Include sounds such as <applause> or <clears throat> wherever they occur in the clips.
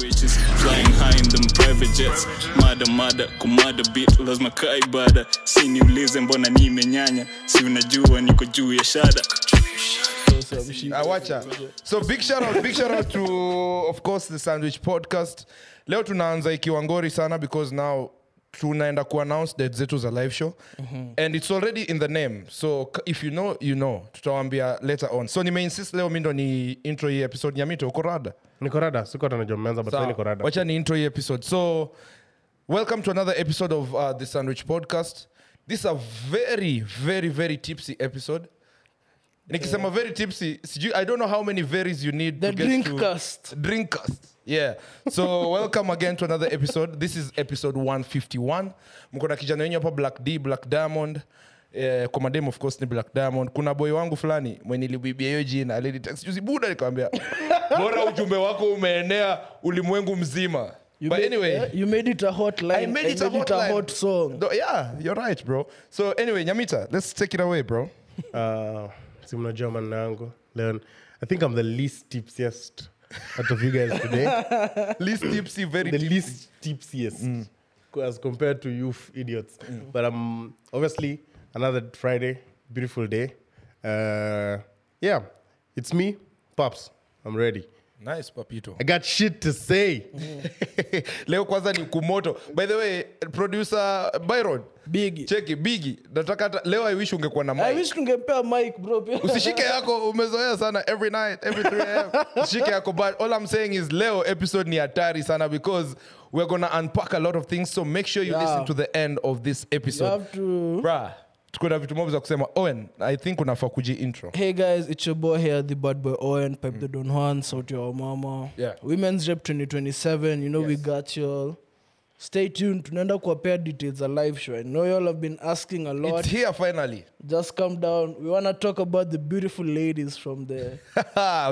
Witches flying high in them private jets mada mada kumada bit lazima kaa ibada si niulize mbona nimenyanya si unajua niko juu ya shada Ah, wacha so big shout out, big shout out to of course the sandwich podcast leo tunaanza ikiwa ngori sana because now tunaenda kuannounce date zetu za live show and it's already in the name so k- if you know you know tutawambia later on so nimeinsist leo mi ndo ni intro hii episode nyamito uko rada niko rada siko tanajua mmeanza but sasa niko rada wacha ni intro hii episode so welcome to another episode of uh, the sandwich podcast this is a very very very tipsy episode nikisema very tipsy sijui i don't know how many varies you need The to get to- Drinkcast. drinkcast yeah so <laughs> welcome again to another episode this is episode 151 mko na kijana wenyu hapa black d black diamond Eh, kwa madem of course ni black diamond kuna boy wangu fulani mwenilibibia hiyo jina alinitext juzi buda nikamwambia <laughs> bora ujumbe wako umeenea ulimwengu mzima You but made- anyway eh, you made it a hot line. i made it a hot, line. hot song. Though- yeah you're right bro so anyway nyamita let's take it away bro uh, si mnajua maneno yangu leo i think i'm the least tipsiest out of you guys <laughs> today least tipsy very the tipsy. least tipsiest Mm. as compared to you f- idiots but um obviously another friday beautiful day uh yeah it's me pops i'm ready nice papito i got shit to say Mm. <laughs> leo kwanza ni kumoto by the way producer byron Biggie. cheki bigi nataka hata- leo i wish ungekuwa na I mic. wish tungempea mic, <laughs> bro, pia. usishike yako umezoea sana every night every 3 <laughs> am shike yako but all i'm saying is leo episode ni hatari sana because we're gonna unpack a lot of things so make sure you Yeah. listen to the end of this You episode have to- Bruh, tuko na vitu mob za kusema owen i think unafaa kuji intro Hey guys, it's your boy here, the bad boy Owen, Pipe the Don Juan, Sauti ya Mama. Mm. Yeah. Women's Rep 2027, you know we got y'all. Stay tuned, tunaenda kuwapea details za live show. I know y'all have been asking a lot. it's here finally <laughs> Just come down. We want to talk about the beautiful ladies from the,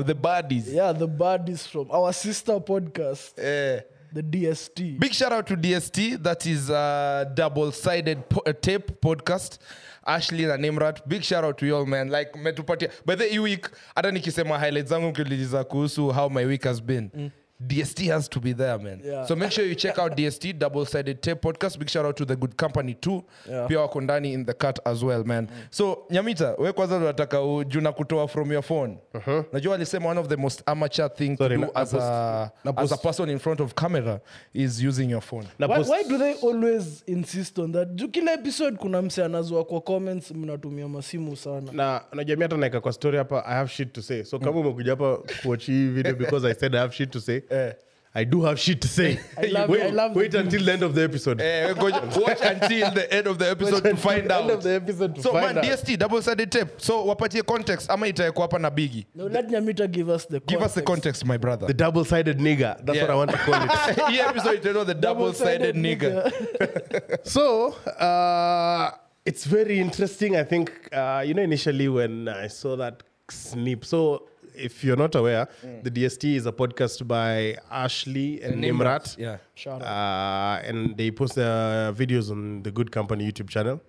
the baddies yeah, the baddies from our sister podcast, Eh. the DST. Big shout out to DST. That is a double-sided po- uh, tape podcast. Ashley na Nimrat. Big shout out to you all man. Like metupatia. By the hii week hata nikisema highlights zangu mkiuliza kuhusu how my week has been. DST has to be there man. Mm. Yeah. So make sure you check out DST double-sided tape podcast. Big shout out to the good company too. Yeah. Mm. Pia wako ndani in the cut as well man. So Nyamita, we kwanza tunataka ujuna kutoa from your phone. Uh-huh. Najua alisema one of the most amateur thing Sorry, to na- do as a na as post- a person in front of camera is using your phone Na why, post- why do they always insist on that juu kila episode kuna mse anazua kwa comments mnatumia masimu sana na najua mi hata naeka kwa story hapa i have shit to say so kama umekuja hapa kuachi hii video because i said i have shit to say i do have shit to say I love- wait, I love the wait until the end of the episode Eh, we go- watch until the end of the episode to find End of out the episode to so find man out. dst double sided tape so wapatie context ama itaekwa hapa na bigi no, let nyamita give us the give us the context. context my brother the double sided nigger that's Yeah. what i want to call it <laughs> <laughs> hii episode itaitwa the double sided nigger so uh, it's very interesting i think uh, you know initially when i saw that snip so if you're not aware the dst is a podcast by ashley and, nimrat yeah Shout out. uh, and they post their videos on the Good Company YouTube channel.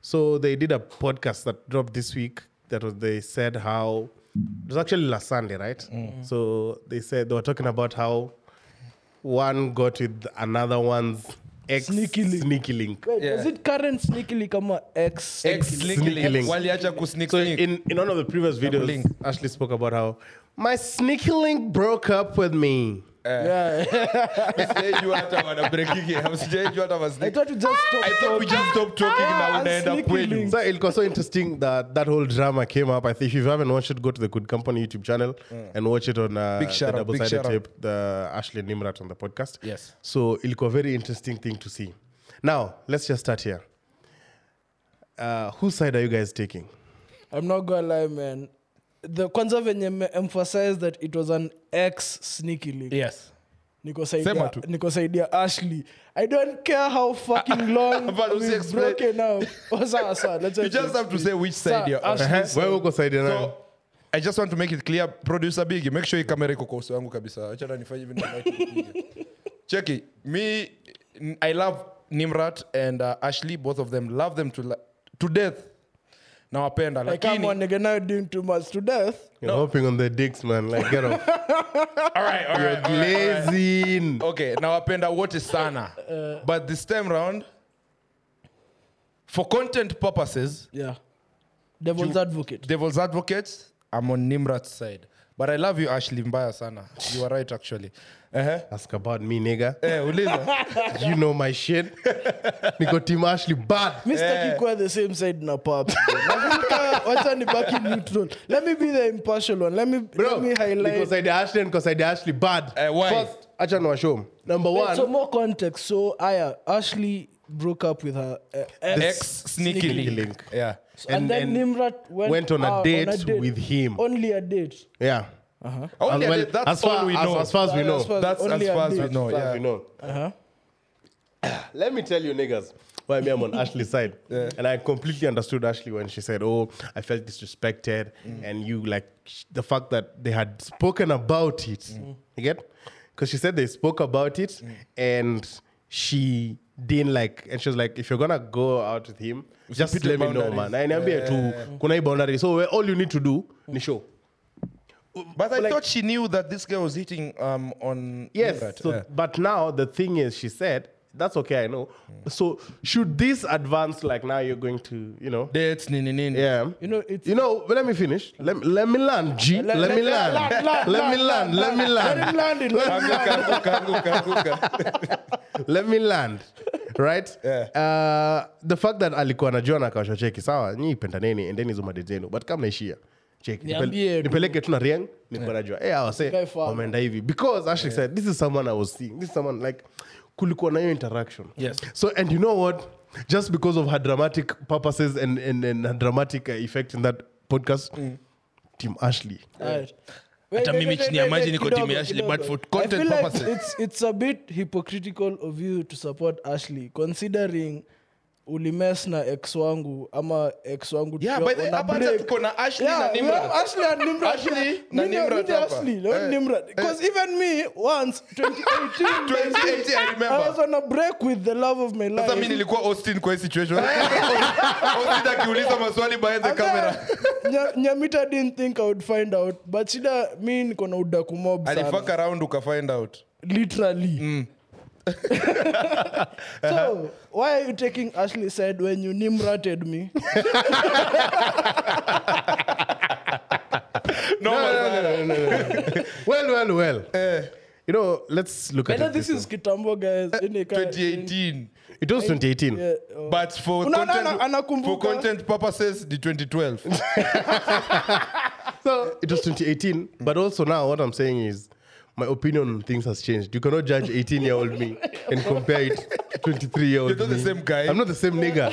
So they did a podcast that dropped this week. That was they said how it was actually last Sunday, right? Mm. So they said they were talking about how one got with another one's ex Sneaky link. Sneaky link. Wait, yeah. is it current sneakily kama x Ex- Sneaky sneaky link. link. waliacha kusneak <laughs> So sneak. in, in one of the previous videos, link. Ashley spoke about how my sneaky link broke up with me. <laughs> yeah. Msijaijua hata wana break hiki. <laughs> Msijaijua hata wana i sneak. thought we just I talked thought we just stop talking na Ah, unaenda sneaky kwenyu link. So it was so interesting that that whole drama came up. I think if you haven't watched it, go to the Good Company YouTube channel and watch it on uh, Mm. Big shout the out, big double sided shout out. tape, the Ashley Nimrat on the podcast. Yes. So it was a very interesting thing to see. Now, let's just start here. Uh, whose side are you guys taking? i'm not gonna lie man the kwanza venye me emphasize that it was an x sneakily yes niko Sema saidia- tu. niko saidia ashley i don't care how <laughs> fucking long But usi we've explain. broken up Oh, sawa, sawa, <laughs> let's you just have to say which Sir, side you're on Ashley, Uh-huh. Where uko side So, so, I just want to make it clear, producer Biggie, make sure hii kamera iko kwa uso wangu kabisa. Acha na nifanye hivi na light nipige. Cheki, me n- I love Nimrat and uh, Ashley, both of them love them to la- to death. nawapenda I come lakini on nigga now doing too much to death. You're hopping on the dicks, man. Like, <laughs> get off. Alright, alright, alright, alright. Glazing. okay nawapenda wote <laughs> sana Uh, but this time round for content purposes Yeah. Devil's advocate. devil's advocates i'm on nimrat's side but i love you ashley mbaya sana you are right actually uh-huh. Ask about me, nigga. eh, uliza You know my shit. <laughs> Niko team Ashley bad. Mr. Yeah. the same side na pop. <laughs> Wacha nibaki neutral. Let me be the impartial one. Let me Bro, let me highlight. because I Ashley and because I Ashley bad. Eh, why? First, acha niwashow. Number Wait, one, so more context. So Aya Ashley broke up with her uh, Ex ex, sneaky, Sneaky link. link. yeah and, and- and then Nimrat went, went on a out date with him. Only a date. yeah. Only As well- Oh, that's as all far- we as- know As far as we know. Uh-huh. As far as- that's as only a far as we date. know As far as yeah Uh-huh. we know. Uh-huh. Let me tell you, niggas, why me, I'm on Ashley's side. And I completely understood Ashley when she said, Oh, I felt disrespected. Mm. And you, like, sh- the fact that they had spoken about it. Mm. You get? Because she said they spoke about it and she didn't like, and she was like, If you're going to go out with him, just Usipite let me know, boundaries. man. I yeah. to kuna hii boundary. So we- all you need to do Mm. ni show. But I Like- thought she knew that this guy was hitting um, on Yes. Nimrat. so, Yeah. But now the thing is, she said, that's okay, I know. So should this advance like now you're going to, you know? dates nini nini Yeah. You know, it's- You know, let me finish. Let, let me land, G. Let, me land. Let me land. Let me Let land. him land it. Let him Anguka, anguka, anguka, <laughs> anguka. Let me <laughs> land. Right? Uh, the fact that alikuwa anajua anakawasha cheki sawa nyi pendaneni endeni hizo madate zenu but kama naishia cheki Niambie nipele- tu. nipeleke tu na riang nikuwa najua hey, Guy awase far. wameenda hivi because ashley said this is someone i was seeing this is someone like kulikuwa na hiyo interaction Yes. so and you know what just because of her dramatic purposes and, and, and her dramatic uh, effect in that podcast Mm. team ashley Alright. Wait, Hata wait, mimi wait, chini wait, ya wait, maji niko kidogo, timu ya Ashley, kidogo. but for I content feel like purposes. it's, it's a bit hypocritical of you to support Ashley considering ulimes na ex wangu ama ex wangu Yeah, tukiwa by the- on a hapa hata break. tuko na Ashley Yeah, na we Nimrat. have Ashley and Nimrat. Ashley Me na ni- me Nimrat ni hapa. Ashley, na Eh. Nimrat. 'Cause even me, <laughs> once, 2018, 2018, I remember. I was on a break with the love of my sasa mi life. nilikuwa austin kwa hii situation <laughs> austin akiuliza maswali by the And camera then, Nya- nyamita didn't think i would find out but shida mi niko na udaku mob sana. alifaka round ukafind out literally Mm. <laughs> Uh-huh. so why are you taking ashley said when you <laughs> nimrated me no, no, no, no, no. well well well you know let's look at either it Eh. this this is kitambo guys ini ka- 2018 it was 2018 Yeah, oh. but for Unaona, content, ana- for anakumbuka. content purposes ni 2012 So it was 2018, but also now what I'm saying is my opinion on things has changed. You cannot judge 18 year old me and compare it to 23 year old. You're not the same guy. I'm not the same nigga.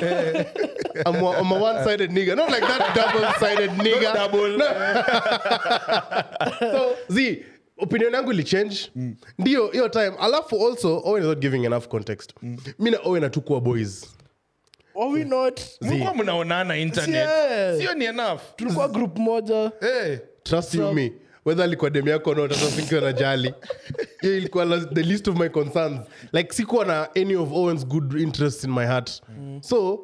I'm, a, I'm a one sided nigga, not like that double sided nigga. double so z opinion yangu ilichange Mm. ndio hiyo time alafu also owen is not giving enough context Mm. mi na owen hatukuwa boys are Mm. we not mlikuwa mnaonana internet Yeah. sio ni enough tulikuwa group moja Eh, hey. trust you me whether alikuwa dem yako not hata sikiwa na jali <laughs> hiyo ilikuwa la- the least of my concerns like sikuwa na any of owen's good interests in my heart so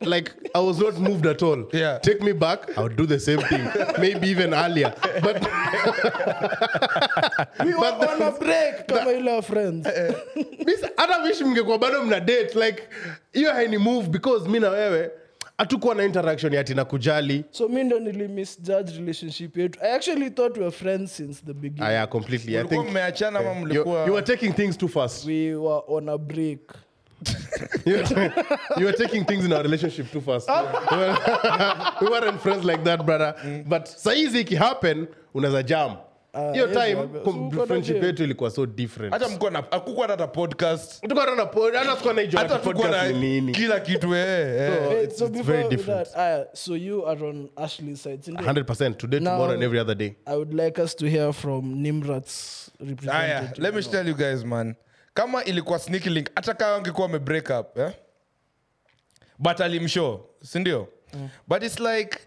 like i was not moved at all Yeah. take me back i would do the same thing maybe even earlier but <laughs> we were on a break kama ile ya friends Eh, Miss, hata wish mngekuwa bado mna date like hiyo haini move because mi na wewe hatukuwa na interaction yati na kujali so mi ndo nilimijudge relationship yetu i actually thought we were friends since the beginning aya Ah, completely i mlikuwa think mmeachana ama you, you were mlikuwa taking things too fast we were on a break you were, <laughs> you were taking things in our relationship too fast. <laughs> Well, we weren't friends like that, brother. But saizi ikihappen, unaweza jam. Hiyo Ah, yes, time brother. com- So uko na friendship jail. yetu ilikuwa so different. hata mkuwa na akukuwa hata podcast Tulikuwa hata na pod- hata sikuwa naijua hata ati tukuwa podcast na ni nini. kila kitu eh, eh. So Wait, Oh, it's- so it's before very different. that aya, so you are on ashley's side sindio? 100% today, Now- tomorrow and every other day. I would like us to hear from Nimrat's Ah, aya representative. let me tell you guys man kama ilikuwa sneaky link hata kaa angekuwa ame break up eh? but alimsho sindio mm. but its like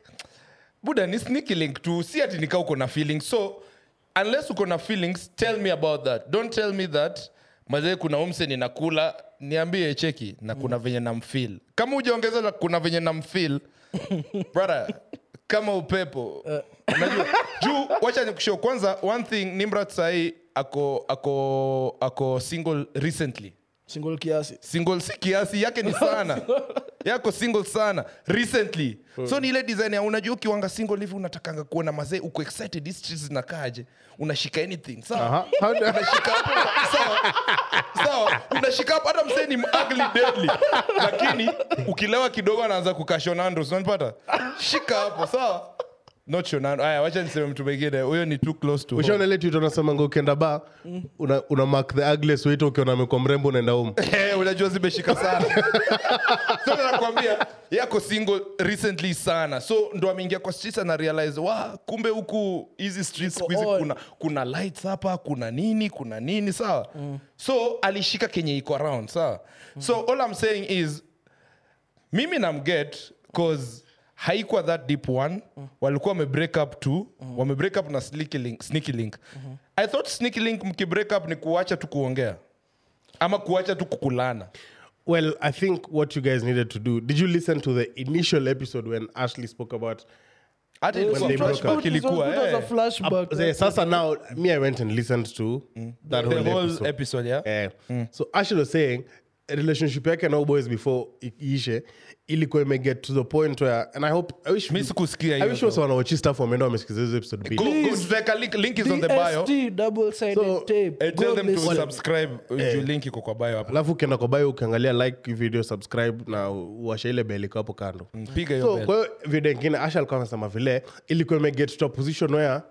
buda ni sneaky link tu si ati nika uko na feelings so unless uko na feelings tell me about that don't tell me that mazee kuna umse ninakula niambie cheki na kuna venye namfil kama ujaongeza la kuna venye namfil brother kama upepo unajua juu wacha nikushow kwanza one thing nimrat sahii ako ako ako single recently single kiasi single si kiasi yake ni sana yako single sana recently so ni ile design ya unajua ukiwanga single hivi unatakanga kuona mazee uko excited hizi streets zinakaaje unashika anything sawa Aha. How do- <laughs> unashika hapo sawa sawa unashika hapo hata msee ni ugly deadly lakini ukilewa kidogo anaanza kukaa Sean Andrews unanipata shika hapo sawa not Sean Andrews haya wacha niseme mtu mwingine huyo ni too close to home. ushaona ile tweet wanasemanga ukienda ba Mm. una, una mark the ugliest waiter ukiona amekuwa mrembo unaenda home Eh, unajua zimeshika sana so nakwambia yako single recently sana so ndo ameingia kwa streets ana realize wa kumbe huku hizi streets siku hizi on." kuna, kuna lights hapa kuna nini kuna nini sawa so alishika kenye iko around sawa so all I'm saying is mimi namget cause haikuwa that deep one walikuwa wamebreak up tu wamebreak up na sneaky link, sneaky link. i thought sneaky link mkibreak up ni kuacha tu kuongea ama kuacha tu kukulana Well, I think what you guys needed to do. Did you listen to the initial episode when Ashley spoke about? hata It ilikuwa was they broke flashback good- it was ilikuwa, good as a eh. flashback. Uh, Sasa now, me, I went and listened to that the whole, whole Mm. episode. episode, yeah. Eh. So Ashley was saying a relationship yake na boys before i- iishe ilikuwa ime get to the point where and I hope I wish Mi sikusikia I hiyo wish wasa wanawachi stuff wameenda wamesikiza hizo episode mbili. Go- go strike a link, link is on the bio DST double-sided So, tape. Eh, tell Go them to listen. Eh. subscribe uh, juu link iko kwa bio hapo alafu ukienda kwa bio ukiangalia like video subscribe na uwasha ile bell iko hapo kando piga hiyo so bell. kwa hiyo video ingine asha alikuwa anasema vile ilikuwa imeget to a position where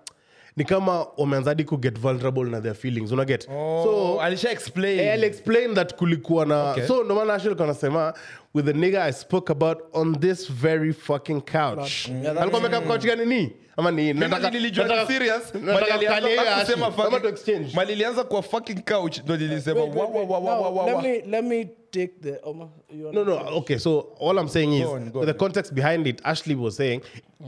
ni kama wameanza hadi kuget vulnerable na their feelings unaget so Oh, alisha explain Eh, aliexplain that kulikuwa na Okay. so ndio maana Ashley alikuwa anasema with the nigga i spoke about on this very fucking couch Mm. Yeah, that- alikuwa amekaa kwa couch gani ni ama ni nataka- nataka- nataka kukalia hiyo Ashley. Ama to exchange malilianza kwa fucking couch ndo nilisema Wait, wait, wait. Now, let wawawawawawa me- let me take the- Omar, you No, wanna- no. Okay, so all I'm saying is, Go on, go with the on. Mm. context behind it, Ashley was saying,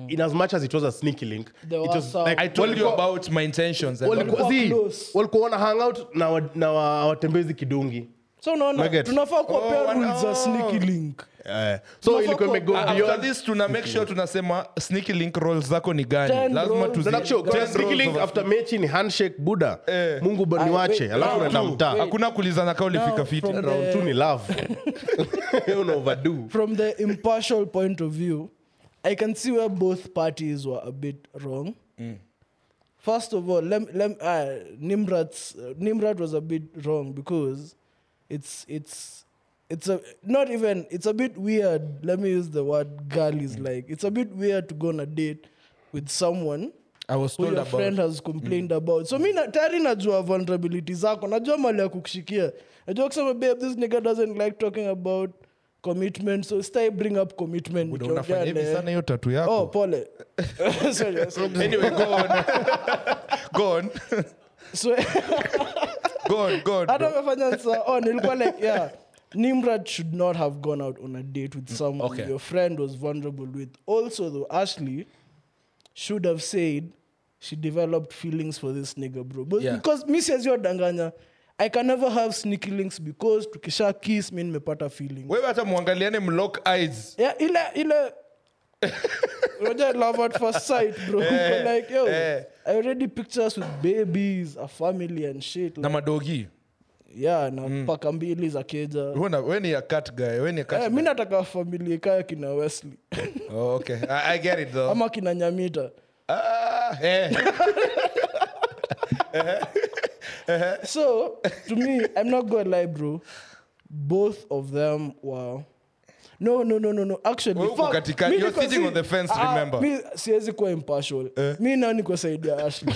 in as much as it was a sneaky link, There it was was some- like I told you walikuwa- about my intentions and all. walikuwa- Walikuwa see, close. walikuwa wana hang out na wa- na wa- watembezi kidungi. So unaona, Nugget. tunafaa kuwapea Oh, rules za oh. sneaky link. Eh, so ilikuwa imego Ah, after beyond- this tuna make sure tunasema sneaky link rolls zako ni gani Ten lazima rolls. tuzi- Sasa show, ten kuna rolls sneaky link of- after mechi ni handshake buda Eh. mungu ba- Ah, niwache wait, alafu round naenda two. mtaa Wait. hakuna kulizana kaa ulifika Now, fiti from round the- two ni love Eh. <laughs> Una overdo. from the impartial point of view, I can see where both parties were a bit wrong. First of all, lem, lem, uh, Nimrat's, uh, Nimrat was a bit wrong because it's it's it's a not even it's a bit weird. Let me use the word "girl" is Mm. like it's a bit weird to go on a date with someone I was who told your about- Mm. friend has complained about so mi na- tayari najua vulnerability zako najua mali ya kukushikia najua kusema babe this nigga doesn't like talking about commitment so stay bring up commitment Buda, nikiongea unafanya hivi na- sana hiyo tatu yako oh pole <laughs> <laughs> Sorry, sorry. anyway go on go <laughs> on so go on go on hata bro. amefanya nsa oh nilikuwa like yeah nimrad should not have gone out on a date with someone okay. your friend was vulnerable with also though ashley should have said she developed feelings for this nigga bro but Yeah. because mi siazio danganya i can never have sneaky links because tukisha kiss mi nimepata feelings wewe hata muangaliane mlock eyes yeah, ile ile <laughs> Roger love at first sight, bro. Eh, like, yo, eh. I already pictures with babies, a family and shit. na Like, madogi yeah, na Mm. paka mbili za keja. Wewe una- wewe ni a cat guy wewe ni a cat Eh, mi nataka familia ikaya kina wesley oh, okay I, i get it though ama kina nyamita ah, <laughs> eh. so to me i'm not gonna lie bro both of them were no no no no no actually Wewe uko fuck, katikati, mi you're niko sitting si- on the fence, ah, remember. Eh. mi siwezi kuwa impartial mi nao niko saidia <laughs> Ashley.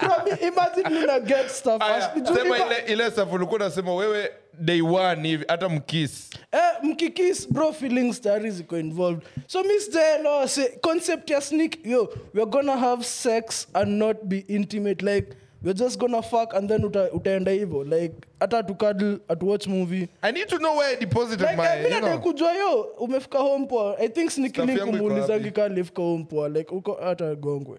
Bro, mi- imagine mi na get stuff Aya, Ashley. Juu sema ima- ile ile safu ulikuwa unasema wewe day one hivi hata mkiss eh, mkikis bro feelings tayari ziko involved so miss delo concept ya sneak yo we're gonna have sex and not be intimate like we're just gonna fuck and then uta, utaenda hivo like hata tukadl atuwatch movie i need to know where i deposited Like, eh, my mi you nataka know kujua yo umefika home poa i think Stuff yangu iko snikilink umuulizangi wapi? Hmm. kaa lifika home poa like uko hata gongwe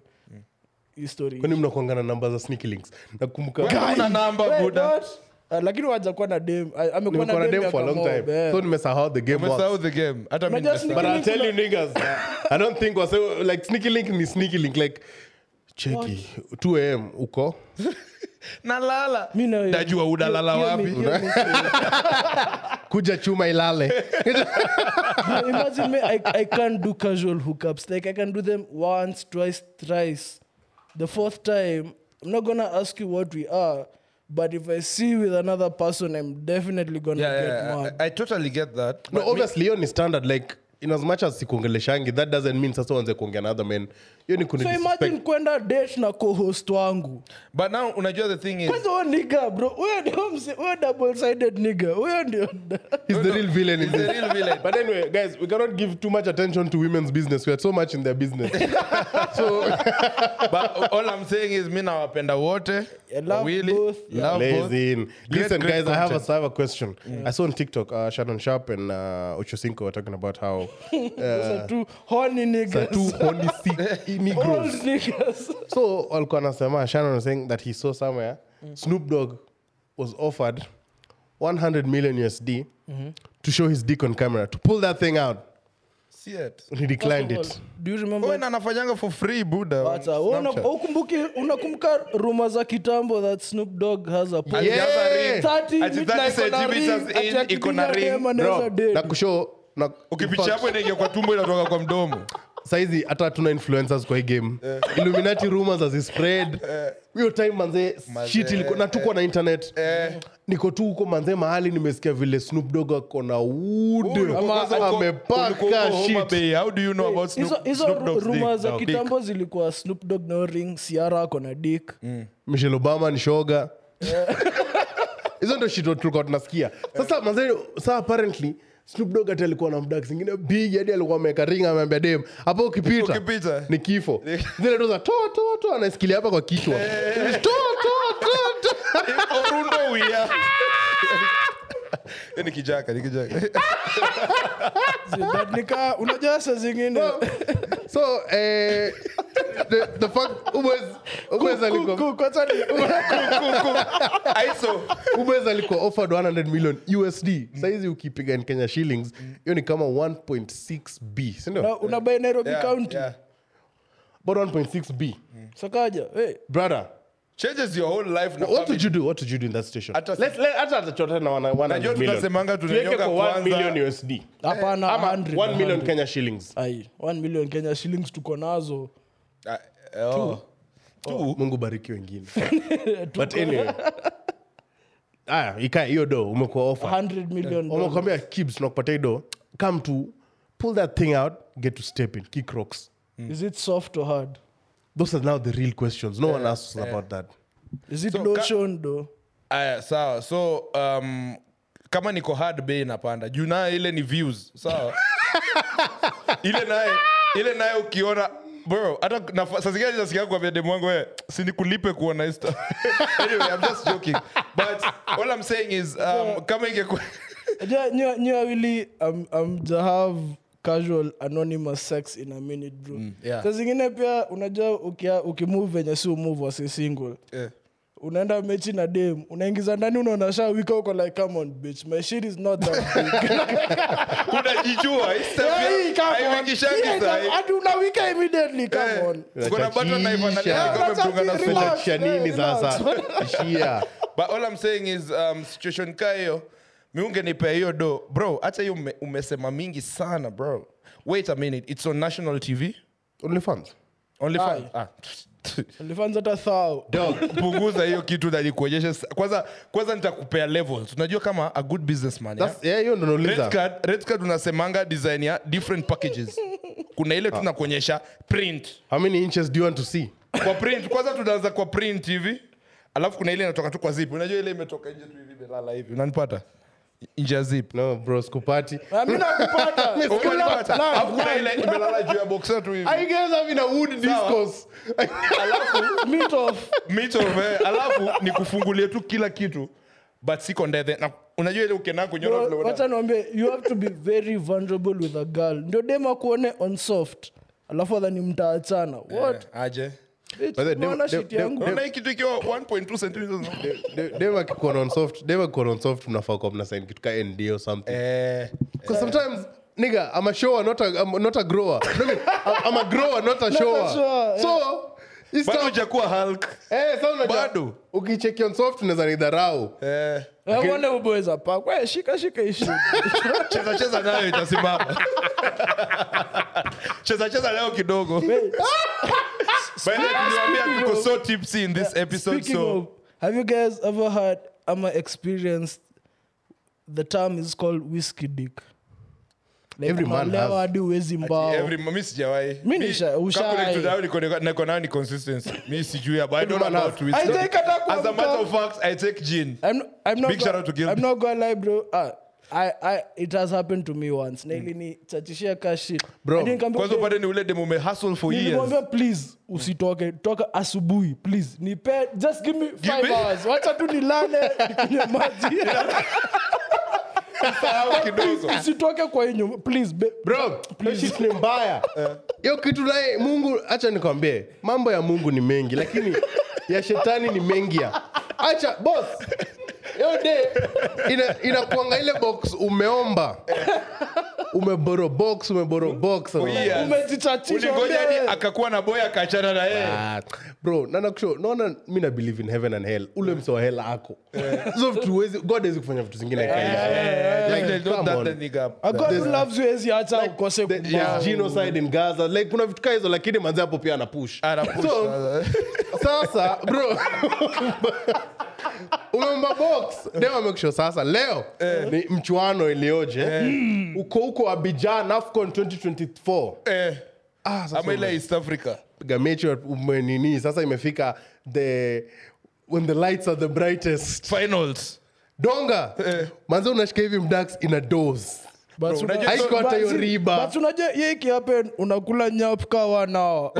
history kwani mnakuangana namba za sneaky links nakumbuka Hakuna namba Wait, buda what? Ah, lakini wajakuwa na dem ah, amekuwa nimekuwa na na dem dem for a miaka long mob, time eh. so nimesahau the game works umesahau the game hata mi Unajua sneaky But nimesahau. I'll link tell una- you niggas, I don't think was like sneaky link ni sneaky link like cheki 2 am uko nalala Mi na- najua udalala Hiyo- hiyo wapi ni- hiyo ni- kuja chuma <laughs> ilale No, imagine me, I, I can't do casual hookups. Like I can do them once, twice, thrice. The fourth time, I'm not gonna ask you what we are, but if I see you with another person, I'm definitely gonna yeah, get yeah, yeah. mad. I, I totally get that no, obviously hiyo ni standard like in as much as sikuongeleshangi that doesn't mean sasa uanze kuongea na other men hiyo ni kuni so imagine kwenda date na co-host wangu. but now unajua the thing is Kwanza huyo nigga bro, huyo ndio mse- huyo double-sided nigga. Huyo ndio he's the real villain in the this. real villain. but anyway guys we cannot give too much attention to women's business we are so much in their business so <laughs> but all i'm saying is mi nawapenda wote I love wawili both. love both. Blazing. Listen, great guys, I have, content. a, I have a question. I saw on TikTok uh, Shannon Sharp and uh, Ochocinco were talking about how Those are two horny the niggas. two horny <laughs> sick Old Negroes. niggas. So walikuwa anasema Shannon was saying that he saw somewhere Snoop Dogg was offered 100 million USD to show his dick on camera to pull that thing out. See <laughs> it. And he declined First it. of all, Do you remember Owen anafanyanga for free buda on But, uh, wewe una- Snapchat. ukumbuki- unakumbuka ruma za kitambo that snoop dog has a Ati Yeah. hata ring- Thirty ati 30 midnight iko na centimeters ring, in, ati akipiga iko na ring. dem anaweza Bro, date. na kushow na ukipicha hapo inaingia kwa tumbo inatoka kwa mdomo saizi hata hatuna influencers kwa hii game illuminati rumors hazispread hiyo time Eh. manze Eh. shit iliko na tuko na internet niko tu huko manze mahali nimesikia vile snoop dog ako na wood amepaka shit Hizo- hizo ru- ruma za amepakahizo <laughs> kitambo zilikuwa snoop dog na ring siara ako na dik michel obama ni shoga <laughs> hizo ndo shit tulikuwa tunasikia sasa manze saa apparently snoop dog hata alikuwa na mdak zingine big hadi alikuwa ameweka ring ameambia dem hapo ukipita Ukipita. ni kifo zile tu za toa toa toa anasikilia hapa kwa kichwa toa toa toa toa Oh, <laughs> kijaka ni kijaka <laughs> nika unajua saa zingine <laughs> so eh, the, the fact Ubwez- Ubwez Ku- alikuwa ku- kwanza <laughs> ni- aiso Ubwez alikuwa offered 100 million usd saizi ukipiga ni kenya shillings hiyo ni kama 1.6 b una- sindio unabai nairobi county but 1.6 b sakaja hey, brother changes your whole life na what did family. you do what did you do in that situation Hata si- Let's- let- hata atachota na wana- 100 Najua million. tunasemanga Tuweke tunanyoka kwa 1 kwanza. million usd hapana ama 100, 1 million 100. kenya shillings Ai, 1 million kenya shillings tuko nazo Ah, eh, oh. mungu bariki wengine but anyway aya ikae hiyo do umekuwa offer 100 million dollars. wamekwambia kibs nakupatia do come to pull that thing out get to step in kick rocks is it soft or hard those are now the real questions no one asks about that is it So, ka- lotion though aya sawa so um, kama niko hard bay inapanda juu nayo ile ni views <laughs> sawa ile naye ile naye ukiona bro hata nafa- saa zingine nasikia kwa bedemu wangu we si nikulipe kuona insta <laughs> anyway i'm just joking but all i'm saying is um, kama ingekuwa Yeah, nyo- nyo wawili um, um, to have casual anonymous sex in a minute bro yeah. Saa zingine pia unajua ukia- ukimove venye si umove wasi single Eh. unaenda mechi na dem unaingiza ndani unaona sha wika uko like come on bitch my shit is not that big <laughs> unajijua Hey, come on. Yeah, haiwengishangi come- sahi hadi unawika immediately come on Eh, kuna bata Yeah, naivanalikamemtunga na that's sura. Relax, Tunachia nini relax. sasa <laughs> shia but all i'm saying is um, situation ka hiyo miungenipea hiyo do bro hata hiyo ume, umesema mingi sana bro wait a minute it's on national tv onlyfans only Aye. fan- ah. <laughs> Nilifans hata thao dog punguza hiyo kitu nalikuonyesha kwanza kwanza nitakupea levels unajua kama a good businessman yeah? that's yeah hiyo ndo red nauliza card red card unasemanga design ya different packages kuna ile tunakuonyesha print how many inches do you want to see kwa print kwanza tunaanza kwa print hivi alafu kuna ile inatoka tu kwa zip unajua ile imetoka nje tu hivi imelala hivi unanipata nje ya zip no bro skupati Ah, <laughs> mi nakupata. Umenipata? Alafu kuna ile imelala juu ya boxer tu hivi. i guess i'm in a wood discourse Meet off. Mito, eh, alafu nikufungulie tu kila kitu but siko ndethe na unajua ile ukienda kunyora vile Bro, una- wacha niwambie you have to be very vulnerable with a girl ndio dem akuone on soft alafu adhani mtaachana what Eh, aje By the way, Dem- Unaona Dem- shit Dem- yangu? Dem- Unaona hii kitu ikiwa 1.2 centimeters. De- dem akikuwa na on soft dem akikuwa na on soft mnafaa kuwa mnasign kitu ka ND or something Eh, Because sometimes, nigga, I'm a shower, not a, I'm not a grower. No, I mean, I'm I'm a grower, not a shower. shower, So, it's bado tough. hujakuwa Hulk. Eh, so unajua, Bado. ukicheki on soft unaweza nidharau. Eh, I wonder who boys are packed. Well, shika shika <laughs> issue. cheza cheza nayo itasimama. <laughs> cheza cheza nayo kidogo. By the way, tuliwaambia tuko so tipsy in this episode Speaking so of, have you guys ever heard ama experienced the term is called whiskey dick? Like, Every man unalewa has. hadi uwezi mbao. Every- mi sijawahi. Mi Mi- nisha- ushai. calculate to nayo niko- niko nayo ni consistency. Mi sijui about- I don't know Everyone about has. whiskey. I take hata kwa As a mtaa. matter of fact, I take gin. I'm, I'm not Big shout out to Gilby. I'm not gonna lie, bro. Ah, I, I, it has happened to me once. Nailini chachishia cash shit. Bro, I didn't come Kwanza upate ni ule dem ume hustle for years. <laughs> nilimwambia please usitoke toka asubuhi please nipe just give me five me- hours wacha tu nilale <laughs> nikunywe maji Sahau <laughs> kidogo. usitoke kwa hii nyumba please be, Bro, <laughs> Please. shit ni mbaya. Hiyo kitu naye Mungu acha nikwambie, mambo ya Mungu ni mengi <laughs> lakini ya shetani ni mengi ya. Acha boss. Hiyo day ina inakuanga ile box umeomba. Eh. Umeboro box, umeboro box. For years. umejichachisha Ulingoja wambia, hadi akakuwa na boy akaachana na yeye. Ah, bro nanakusho naona mi na believe in heaven and hell ule mse wa hell ako hizo vitu huwezi- god hawezi kufanya vitu zingine like Eh, that. like, Like, don't come that on. the nigga up. "A God who there's- loves you hezi hata ukose The- kubao." there's genocide in gaza like kuna vitu kaa hizo lakini manzi hapo pia anapush Anapush, so, sasa bro umeomba box dem amekisho sasa leo Eh. ni mchuano ilioje Hmm. uko huko abijan afcon 2024 Eh, ah, sasa ama ile East Africa. piga mechi umenini sasa imefika the when the lights are the brightest Finals. donga Eh. manze unashika hivi mdax ina dos <laughs> But Bro, una- unajua- Haikuwa hata hiyo but- riba. but unajua hiyo ikihappen unakula nyap kawa nao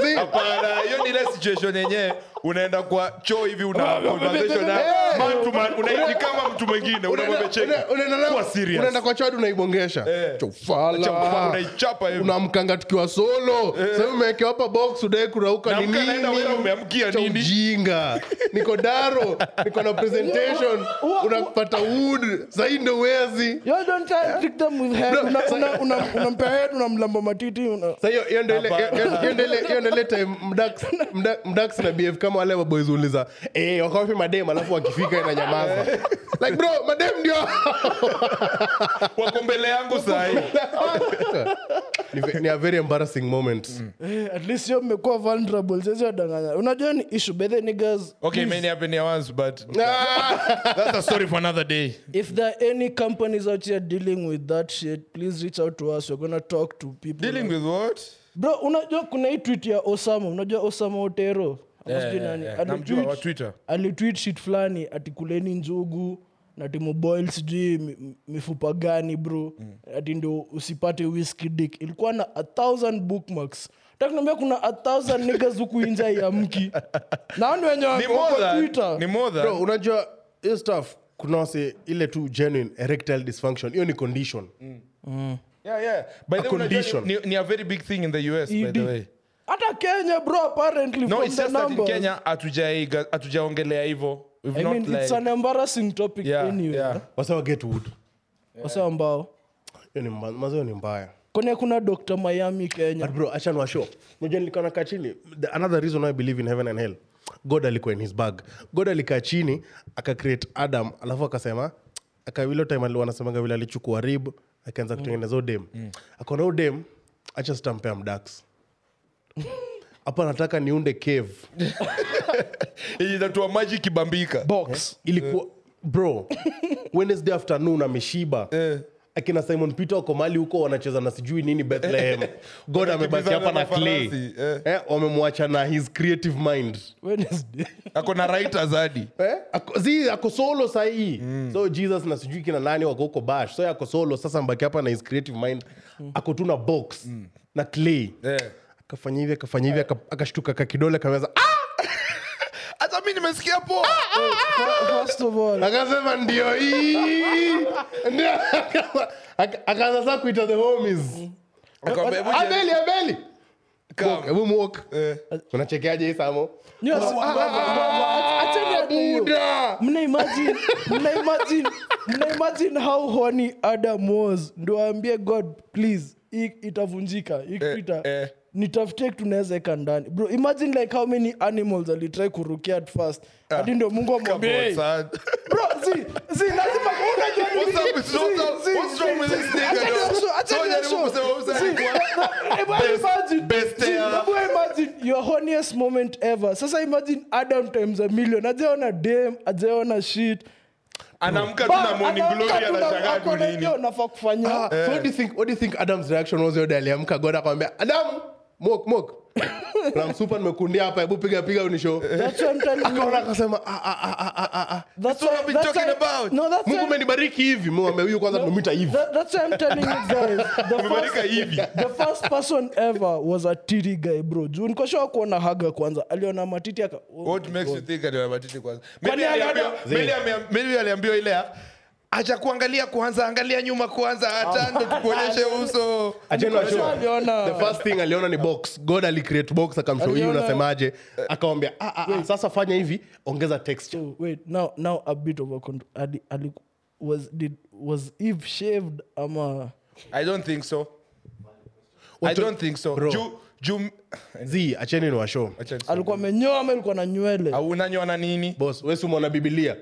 See? Hapana, hiyo ni ile situation yenyewe unaenda kwa choo hivi una conversation na Eh. man to man unaishi kama mtu mwingine unamwambia Unaenda- cheki. unaenda- Kuwa serious. unaenda kwa chadi unaibongesha Chofala, chofala unaichapa hivi. unaamkanga tukiwa solo sasa umewekewa hapa box udai kurauka ni Unaamka naenda wewe nini umeamkia Cha nini? ujinga niko daro <laughs> niko na presentation unapata wood sahii ndo wezi yo don't try and trick them with head No, Una- sorry. una- una- unampea head unamlamba matiti una- Sa hiyo- hiyo ndo ile- hiyo- hiyo- hiyo ndo ile- hiyo ndo ile time mdax- mda- mdax na bf kama wale waboys uliza eh, wako wapi madem alafu wakifika <laughs> ina nyamaza like bro madem ndio <laughs> Wako mbele yangu saa hii. Ni ve- ni a very embarrassing moment Mm. Eh, at least yo mmekuwa vulnerable sasa wadanganya unajua ni issue bethe niggas Okay, many happen here once, but Ah, that's a story for another day. if there are any companies out here dealing with that shit please reach out to us we're gonna talk to people Dealing with what? bro unajua kuna hii tweet ya osama unajua osama otero Ama sijui nani. Alitweet- Namjua wa Eh, Twitter. alitweet shit fulani ati kuleni njugu na timuboil sijui mi- mi- mifupa gani bro Mm. ati ndio usipate whisky dick ilikuwa na a thousand bookmarks takunambia kuna a thousand niggas huku inja ya mki <laughs> naani wenye Ni more wako than, twitter ni more than. bro unajua hiyo stuff kuna wasi ile tu genuine erectile dysfunction hiyo ni condition Yeah, yeah. By the way, condition. unajua ni, ni a very big thing in the US, by ED. the way. hata kenya bro apparently No, from it's the just that in numbers, Kenya, hatujaiga- hatujaongelea hivyo. We've I not mean, it's like- an embarrassing topic Yeah, anyway. yeah. wasawa get wood Wasa ambao hiyo ni mba- mazo hiyo ni mbaya kone kuna dr miami kenya But bro, acha niwashow. Unajua nilikuwa nakaa chini. The- Another reason why I believe in heaven and hell. God alikuwa in his bag. God alikaa chini, aka create Adam, alafu akasema aka ile time ali- wanasemanga vile alichukua rib, akaanza kutengeneza udem. Akaona udem, acha sitampea mdax. Hapa nataka niunde cave. Yenye inatoa maji ikibambika. Box. Ilikuwa <laughs> bro. Wednesday afternoon ameshiba. akina simon peter wako mali huko wanacheza na sijui nini <laughs> bethlehem god amebaki hapa na clay Farasi, eh. eh, wamemwacha na his creative mind Wednesday. Eh? <laughs> ako na writers hadi eh? Mm. ako, zi ako solo sahii so jesus na sijui kina nani wako huko bash so ako solo sasa mbaki hapa na his creative mind ako tu na box na clay Eh. akafanya hivi akafanya hivi aka- akashtuka ka kidole akaweza "Ah!" <laughs> hata mi nimesikia poa ah, first of all akasema ndio hii <laughs> Ndio. Aka- akaanza sasa kuita the homies Akamwambia, abeli abeli Come. Walk, boom, walk. Eh. unachekeaje hii samo You know, but- but- but- but- acheni hapo hiyo. Buda! Mna imagine- mna imagine- mna imagine how horny adam was ndo aambie god please hii itavunjika hii kita eh. nitafutie kitu naweza eka ndani bro imagine like how many animals alitrai kurukia at first hadi ndio mungu Ah. Come amwambie on, <laughs> "Hey, son. bro, zi- zi, lazima- unajua ni- What's up with- zi- what's up- zi- what's wrong with zi- this nigga, acha dog? niwe sure, acha So niwe jaribu sure. kusema usa Zi, alikuwa <laughs> na- na- hebu imagine, best uh, zi, ever. hebu imagine your horniest moment ever sasa imagine adam times a million ajaona dem ajaona shit anaamka tu na Ba, morning anaamka glory tu na- anashangaa ako na kunini hiyo unafaa Ah. kufanya So what do you think what do you think adam's reaction was yule aliamka god akamwambia adam mok <laughs> mok na msupa nimekundia hapa hebu piga piga unisho Eh. That's why <laughs> I'm telling you. akaona akasema "Ah, ah, ah, ah, ah, ah, ah." That's what why- I've been that's talking why- about. No, that's mungu why- umenibariki hivi Mungu ambaye huyu kwanza tumemwita hivi that- that's why I'm telling you guys. The first- Umebarika hivi the first person ever was a tiri guy bro juu nikoshoa kuona haga kwanza aliona matiti aka oh what my makes God. you think aliwa matiti kwanza Kwani maybe aliambiwa aliambiwa- maybe ameam- maybe aliambiwa ile ya, acha kuangalia kwanza angalia nyuma kwanza hata Ah. ndo tukuonyeshe <laughs> uso Acheni washua. Nikoshoa aliona- the first thing aliona ni box god alicreate box akamshauri hii Aliona- unasemaje akamwambia ah, ah, ah, sasa fanya hivi ongeza texture Oh, wait now now a bit of a contro- ali, ali, was did was eve shaved ama i don't think so i What- don't think so Bro. Ju- ju z acheni ni washo acha nisome. alikuwa amenyoa ama alikuwa na nywele au unanyona nini bos wesimwona bibilia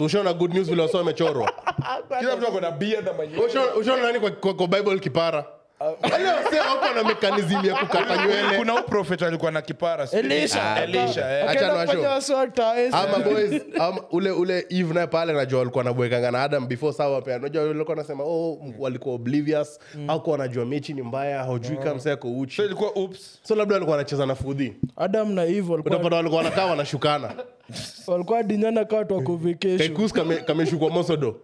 ushaona good news vile wasoa <laughs> amechorwa kila mtu akona bia na manyo Ushaona- ushaona nani kwa, kwa, kwa bible kipara wale wasee wako na mekanism ya kukata <laughs> nywele kuna uprofet alikuwa na kipara si- elisha Elisha, eh. Akaenda Achana na kufanya show. wasota, eh, ama boys ama ule ule eve naye pale najua walikuwa anabwekanga na adam before sawa pia unajua wale walikuwa nasema oh m- walikuwa oblivious au kwa wanajua mechi ni mbaya hojui kama msee ako So uchi ilikuwa oops so labda walikuwa wanacheza na fudhi adam na eve walikuwa utapata walikuwa wanakaa wanashukana walikuwa dinyana kaa watu wako vacation tekus kame- kameshukwa mosodo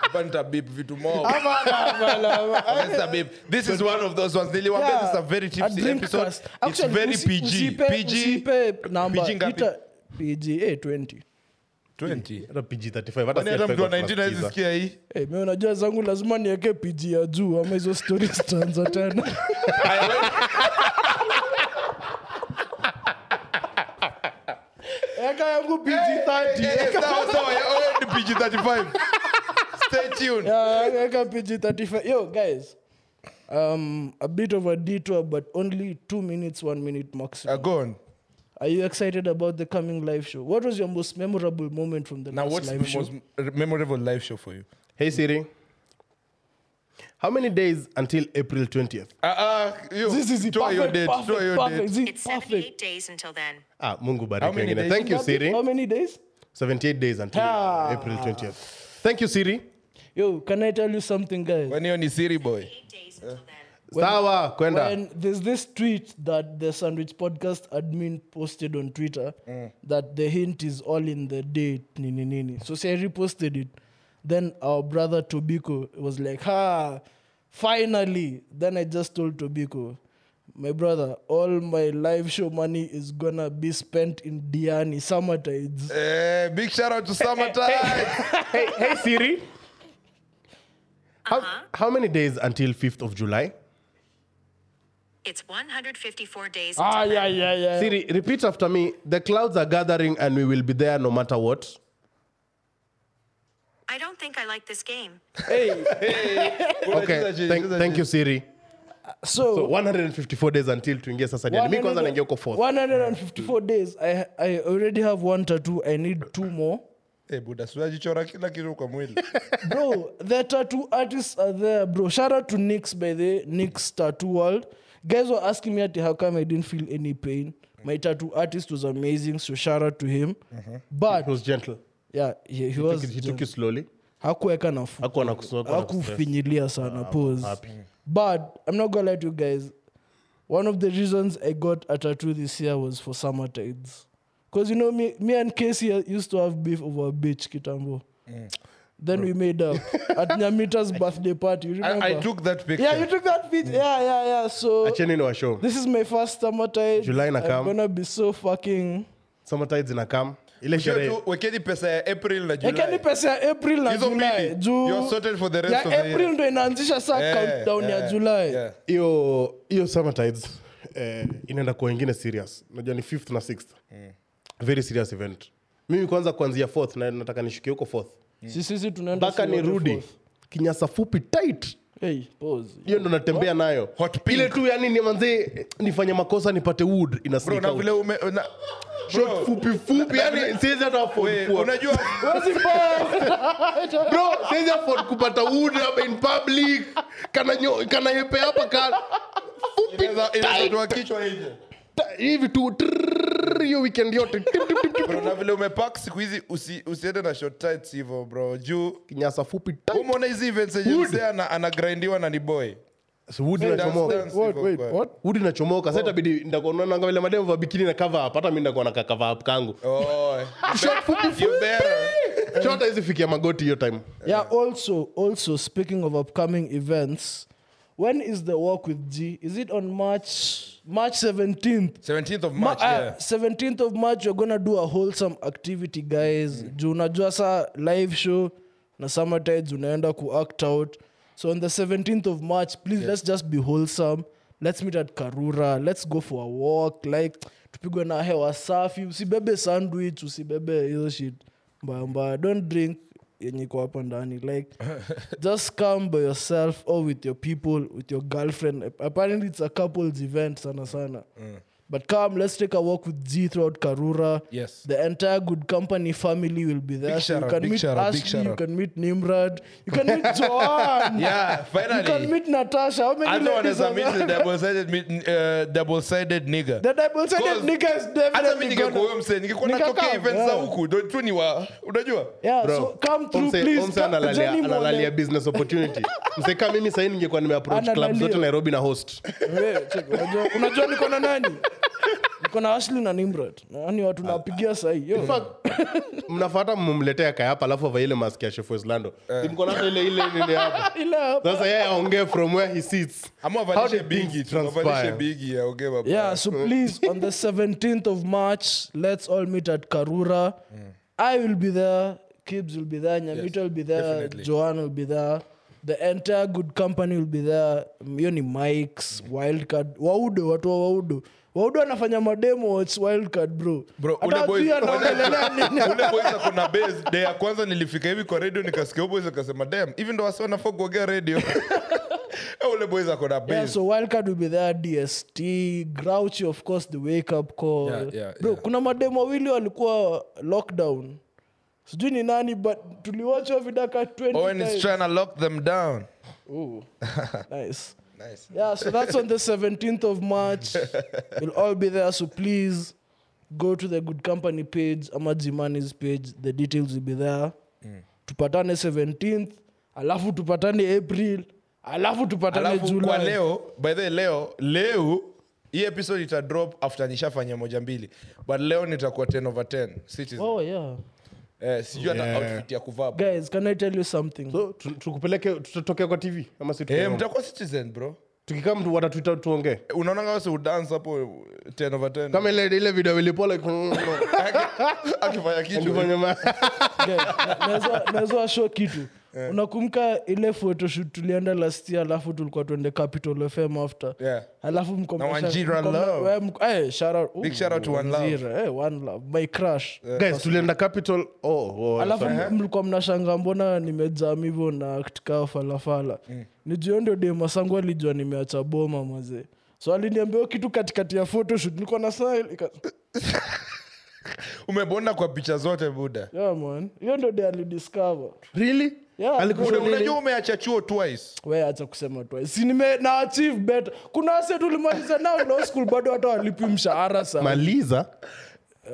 hapa nitabip vitu more Ama- ama- ama- ama- Mr. Babe, this is one of those ones. Niliwaambia Yeah, this is a very a tipsy drink episode. cast. It's Actually, very usi- PG. usipe- PG. usipe namba. PG ngapi? Ita- PG, eh, 20 20. Hata pg35 hata Kwani Yaani hata mtu wa 35 19 hawezi tunasikiza. sikia hii? Eh, mi unajua zangu lazima niweke pg ya juu ama hizo stori zitaanza tena Aya, wewe- <laughs> eka yangu pg 30 Eh, eh, sawa, sawa, ya- wewe ni PG 35. Stay tuned. Yeah, eka pg 35 yo guys um, a bit of a detour but only two minutes one minute Uh, maximum go on. are you excited about the coming live show what was your most memorable moment from the Now, last what's live the show most memorable live show for you? hey siri how many days until april 20th Uh, uh, you, This is throw your perfect, date, throw perfect, your perfect, date. zi- It's perfect. 78 days until then. ah mungu How bariki many wengine days? thank you siri How many days? 78 days until Ah. april 20th thank you siri Yo, can I tell you something, guys? Kwani hiyo ni siri boy 8 days until then. sawa kwenda When there's this tweet that the Sandwich Podcast admin posted on Twitter that the hint is all in the date, nini nini. So say I reposted it. Then our brother Tobiko was like, ha, finally. Then I just told Tobiko, my brother, all my live show money is gonna be spent in Diani summer tides. Eh, big shout out to summertime hey, hey siri how, how many days until 5th of july It's 154 <laughs> days Ah, until yeah, yeah, yeah. siri repeat after me the clouds are gathering and we will be there no matter what I don't think I like this game. okay thank, thank you siri So, so 154 days until tuingie sasa Diani. mi kwanza naingia uko fourth 154 days I, I already have one tattoo i need two more Eh, buda sunajichora kila kitu kwa mwili bro the tattoo artists are there bro shout out to nix by the nix tattoo world guys were asking me at how come i didn't feel any pain my tattoo artist was amazing so shout out to him It but was gentle yeah he, he Took was it- Mm-hmm. he took it slowly hakuweka nafu hakuwa na kusu- hakuwa na kustress. hakufinyilia sana Ah, pose but i'm not gonna lie to you guys one of the reasons i got a tattoo this year was for summer tides because you know me, me and casey used to have beef over a bitch kitambo Mm. then we made <laughs> up at nyamita's birthday party you remember I, I took that picture Mm. yeah you took that picture yeah yeah yeah so acheni ni washow this is my first summer tide July na i'm come. gonna be so fucking summer tides ina come ile sherehe Sio tu, wekeni pesa ya april na ekeni July. pesa ya april na Hizo julai mbili, you are sorted for the rest of the year. april ndo inaanzisha saa Yeah, countdown ya Eh, yeah, julai yeah. hiyo hiyo summerides eh, inaenda kwa wengine serious najua ni fifth na sixth Mm. very serious event mimi kwanza kuanzia fourth na nataka nishukie huko fourth Si sisi tunaenda mpaka siku ya nirudi fourth. kinyasa fupi tight Hey, pause. hiyo ndo natembea nayo Hot pink. ile tu yani nimanze nifanye makosa nipate wood ina Bro, sneak na out. vile ume- na- Short fupi fupi yani siwezi hata afford we, <laughs> kuwa. unajua Huwezi pause. bro siwezi afford kupata wood hapa in public kana nyo, kana yepe hapa kana fupi inaweza- inaweza tight. toa kichwa nje. Ta- hivi tu trrrr, hiyo weekend yote Tip, tip, tip, tip. Bro, na vile umepak siku hizi usi- usiende na short tights hivyo bro juu kinyasa fupi tight. umeona hizi events yenye Wood. mzee ana- anagrindiwa na ni boy So, wood Dance, inachomoka dance Wait, hivyo wait, kwa- what? wood inachomoka sasa itabidi ndakuonanga vile mademu va bikini na cover up hata mi ndakuwa naka cover up kangu Oh, eh. short fupi You better. fupi. Short hizi fikia magoti hiyo time yeah also also speaking of upcoming events when is the walk with g is it on march march 17th 17th of Ma- March, ah, yeah. 17th of march you're gonna do a wholesome activity guys juu unajua sa live show na summertides unaenda ku act out so on the 17th of march please let's just be wholesome let's meet at karura let's go for a walk like tupigwe na hewa safi usibebe sandwich usibebe hizo shit mbaya mbaya don't drink yenye iko hapa ndani <laughs> like just come by yourself or with your people with your girlfriend apparently it's a couples event sana sana Mm. But come, let's take a walk with Z throughout Karura. Yes. The entire Good Company family will be there. Big So shout you out, can big meet shout out, big Ashley, shout you out. can meet Nimrod, you can meet <laughs> Joanne. Yeah, You can finally meet Natasha. How many hata ladies wanaweza are meet the there? double-sided meet- eh, double-sided nigga The double sided Cause- nigga is hata mi definitely ningekuwa gonna- huyo msee ningekuwa Nikakaa, natokea event za yeah. huku ndo tu ni wa unajua Yeah, Bro, so come through, Omse- please. Omse Come- analalia- Jenny Mwale. analalia business opportunity mseka mimi sahii ningekuwa nimeapproach club Analalia. zote nairobi na host Wewe, check, unajua- Unajua niko na nani? Niko na Ashley na Nimrod. Nani watu napigia sahi? Yo. mnafata mmumletea kaya hapa alafu availe maski ya chef weslando Eh. mkona hata ile ile ile hapa Ile hapa. sasa yeye aongee from where he sits ama How avalishe did bigi things tu avalishe transpire? bigi aongee baba Yeah, so please, on the 17th of March, let's all meet at Karura. I will be there, Kibs will be there, Nyamita will be there, definitely. Joanne will be there. The entire good company will be there. Yoni Mikes, Wildcard, Waudo, watu wa Waudo. Waudo anafanya mademo, it's Wildcard bro. Bro, Hata ule boy- hajui <laughs> anaongelelea nini. ule boys ako na base day ya kwanza nilifika hivi kwa radio nikasikia huyo boys akasema dam hivi ndo wasi wanafaa kuogea <laughs> radio <laughs> Eh, ule boys ako na Yeah, base so Wildcard will be there, DST, Grouchy, of course, the wake up call. Yeah, yeah, Bro, yeah. kuna mademo wawili walikuwa lockdown. Sijui ni nani but tuliwachwa vidaka 20 Owen is times. trying to lock them down <laughs> Ooh. nice. nice Yeah, so that's on the 17th of <laughs> March. we'll all be there, so please go to the Good Company page, Amajimani's page. The details will be there. Mm. Tupatane 17th, alafu tupatane April, alafu tupatane alafu July. kwa leo by the way, leo leo hii episode ita drop after nishafanya moja mbili but leo nitakuwa 10 over 10 citizen Oh yeah. eh, sijui hata outfit ya kuvaa bro. Guys, can I tell you something? So, tu- tukupeleke tutatokea kwa tv ama si eh, tukikaa mtakuwa citizen bro mtu watatuita tuongee unaona kama si udance hapo 10 over 10 kama ile ile video <laughs> ilipola <laughs> akifanya kitu kifanya ma- naweza show kitu unakumka ile photoshoot tulienda last year alafu tulikuwa tuende capital fm after Yeah. alafu mkomesha- Wanjira mkomna- Love. we- mk- eh, shout out- Big shout out to Ooh, One Love. Wanjira, eh, One Love, my crush guys tulienda capital oh, oh, alafu sorry. m- mlikuwa mnashanga mbona nimejam hivyo na katika falafala ni juu ndio demasangu alijua nimeacha boma mazee so aliniambia hiyo kitu katikati ya photoshoot nilikuwa na smile, ika- umebonda kwa picha zote buda yeah man hiyo ndio de alidiscover really Yeah. Alikuwa Buda, nini? unajua umeacha chuo twice we acha kusema twice. si nime na achieve better kuna wase tulimaliza nao law school bado hata walipi mshahara sana maliza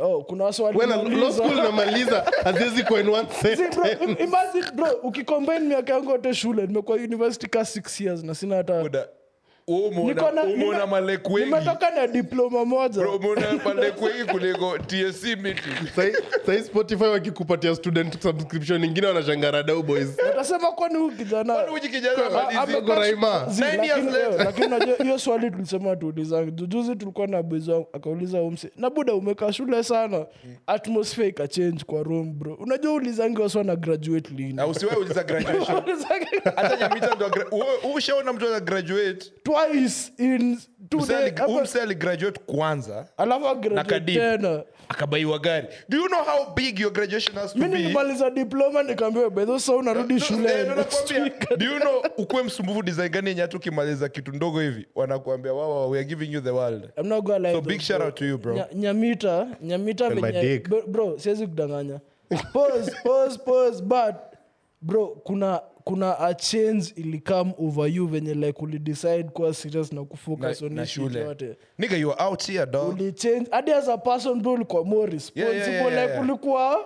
oh, kuna wase Wewe na- law school <laughs> walimaliza namaliza haziwezi kwa in one <laughs> See, bro, sentence im- imagine bro ukicombine miaka yangu yote shule nimekuwa university ka 6 years na sina hata buda Niko na- nime- umona maleku wengi nimetoka na diploma moja Bro, umeona maleku wengi kuliko tsc miti Sahi- sahi spotify wakikupatia student subscription ingine wanashangaradau oh, boys utasema kwani huu kijana Kwani huyu kijana Ah, amalizi- ame- Ako raima. Zi, Nine years lakini- later. eh, lakini unajua hiyo swali tulisema tuulizange jujuzi tulikuwa na bwezi wangu akauliza umsi na buda umekaa shule sana Hmm. atmosphere ikachange kwa room bro unajua ulizange wasi wana graduate lini na usiwahi uliza graduation <laughs> Ulizange- <laughs> hata nyamita ndo agra- uwe- ushaona mtu ana graduate twice in two Msee ali- days. huyu msee ali graduate kwanza alafu agraduate Nakadimu. tena akabaiwa gari do you know how big your graduation has to mi be nilimaliza diploma nikaambiwa bedho sa unarudi No, eh, shule <laughs> no, nakwambia, do you know ukuwe msumbufu design gani yenye hata ukimaliza kitu ndogo hivi wanakuambia wawa we are giving you the world I'm not gonna lie so though, big shout bro. out to you bro Nya- nyamita nyamita And my venye- dick. bro- bro siwezi kudanganya pause, pause, pause, but bro kuna kuna a change ilikam over you venye like ulidecide kuwa serious na na, kufocus on na hii shit shule yote nigga you are out here dog ulichange hadi as a person bro ulikuwa more yeah, responsible yeah, like yeah. ulikuwa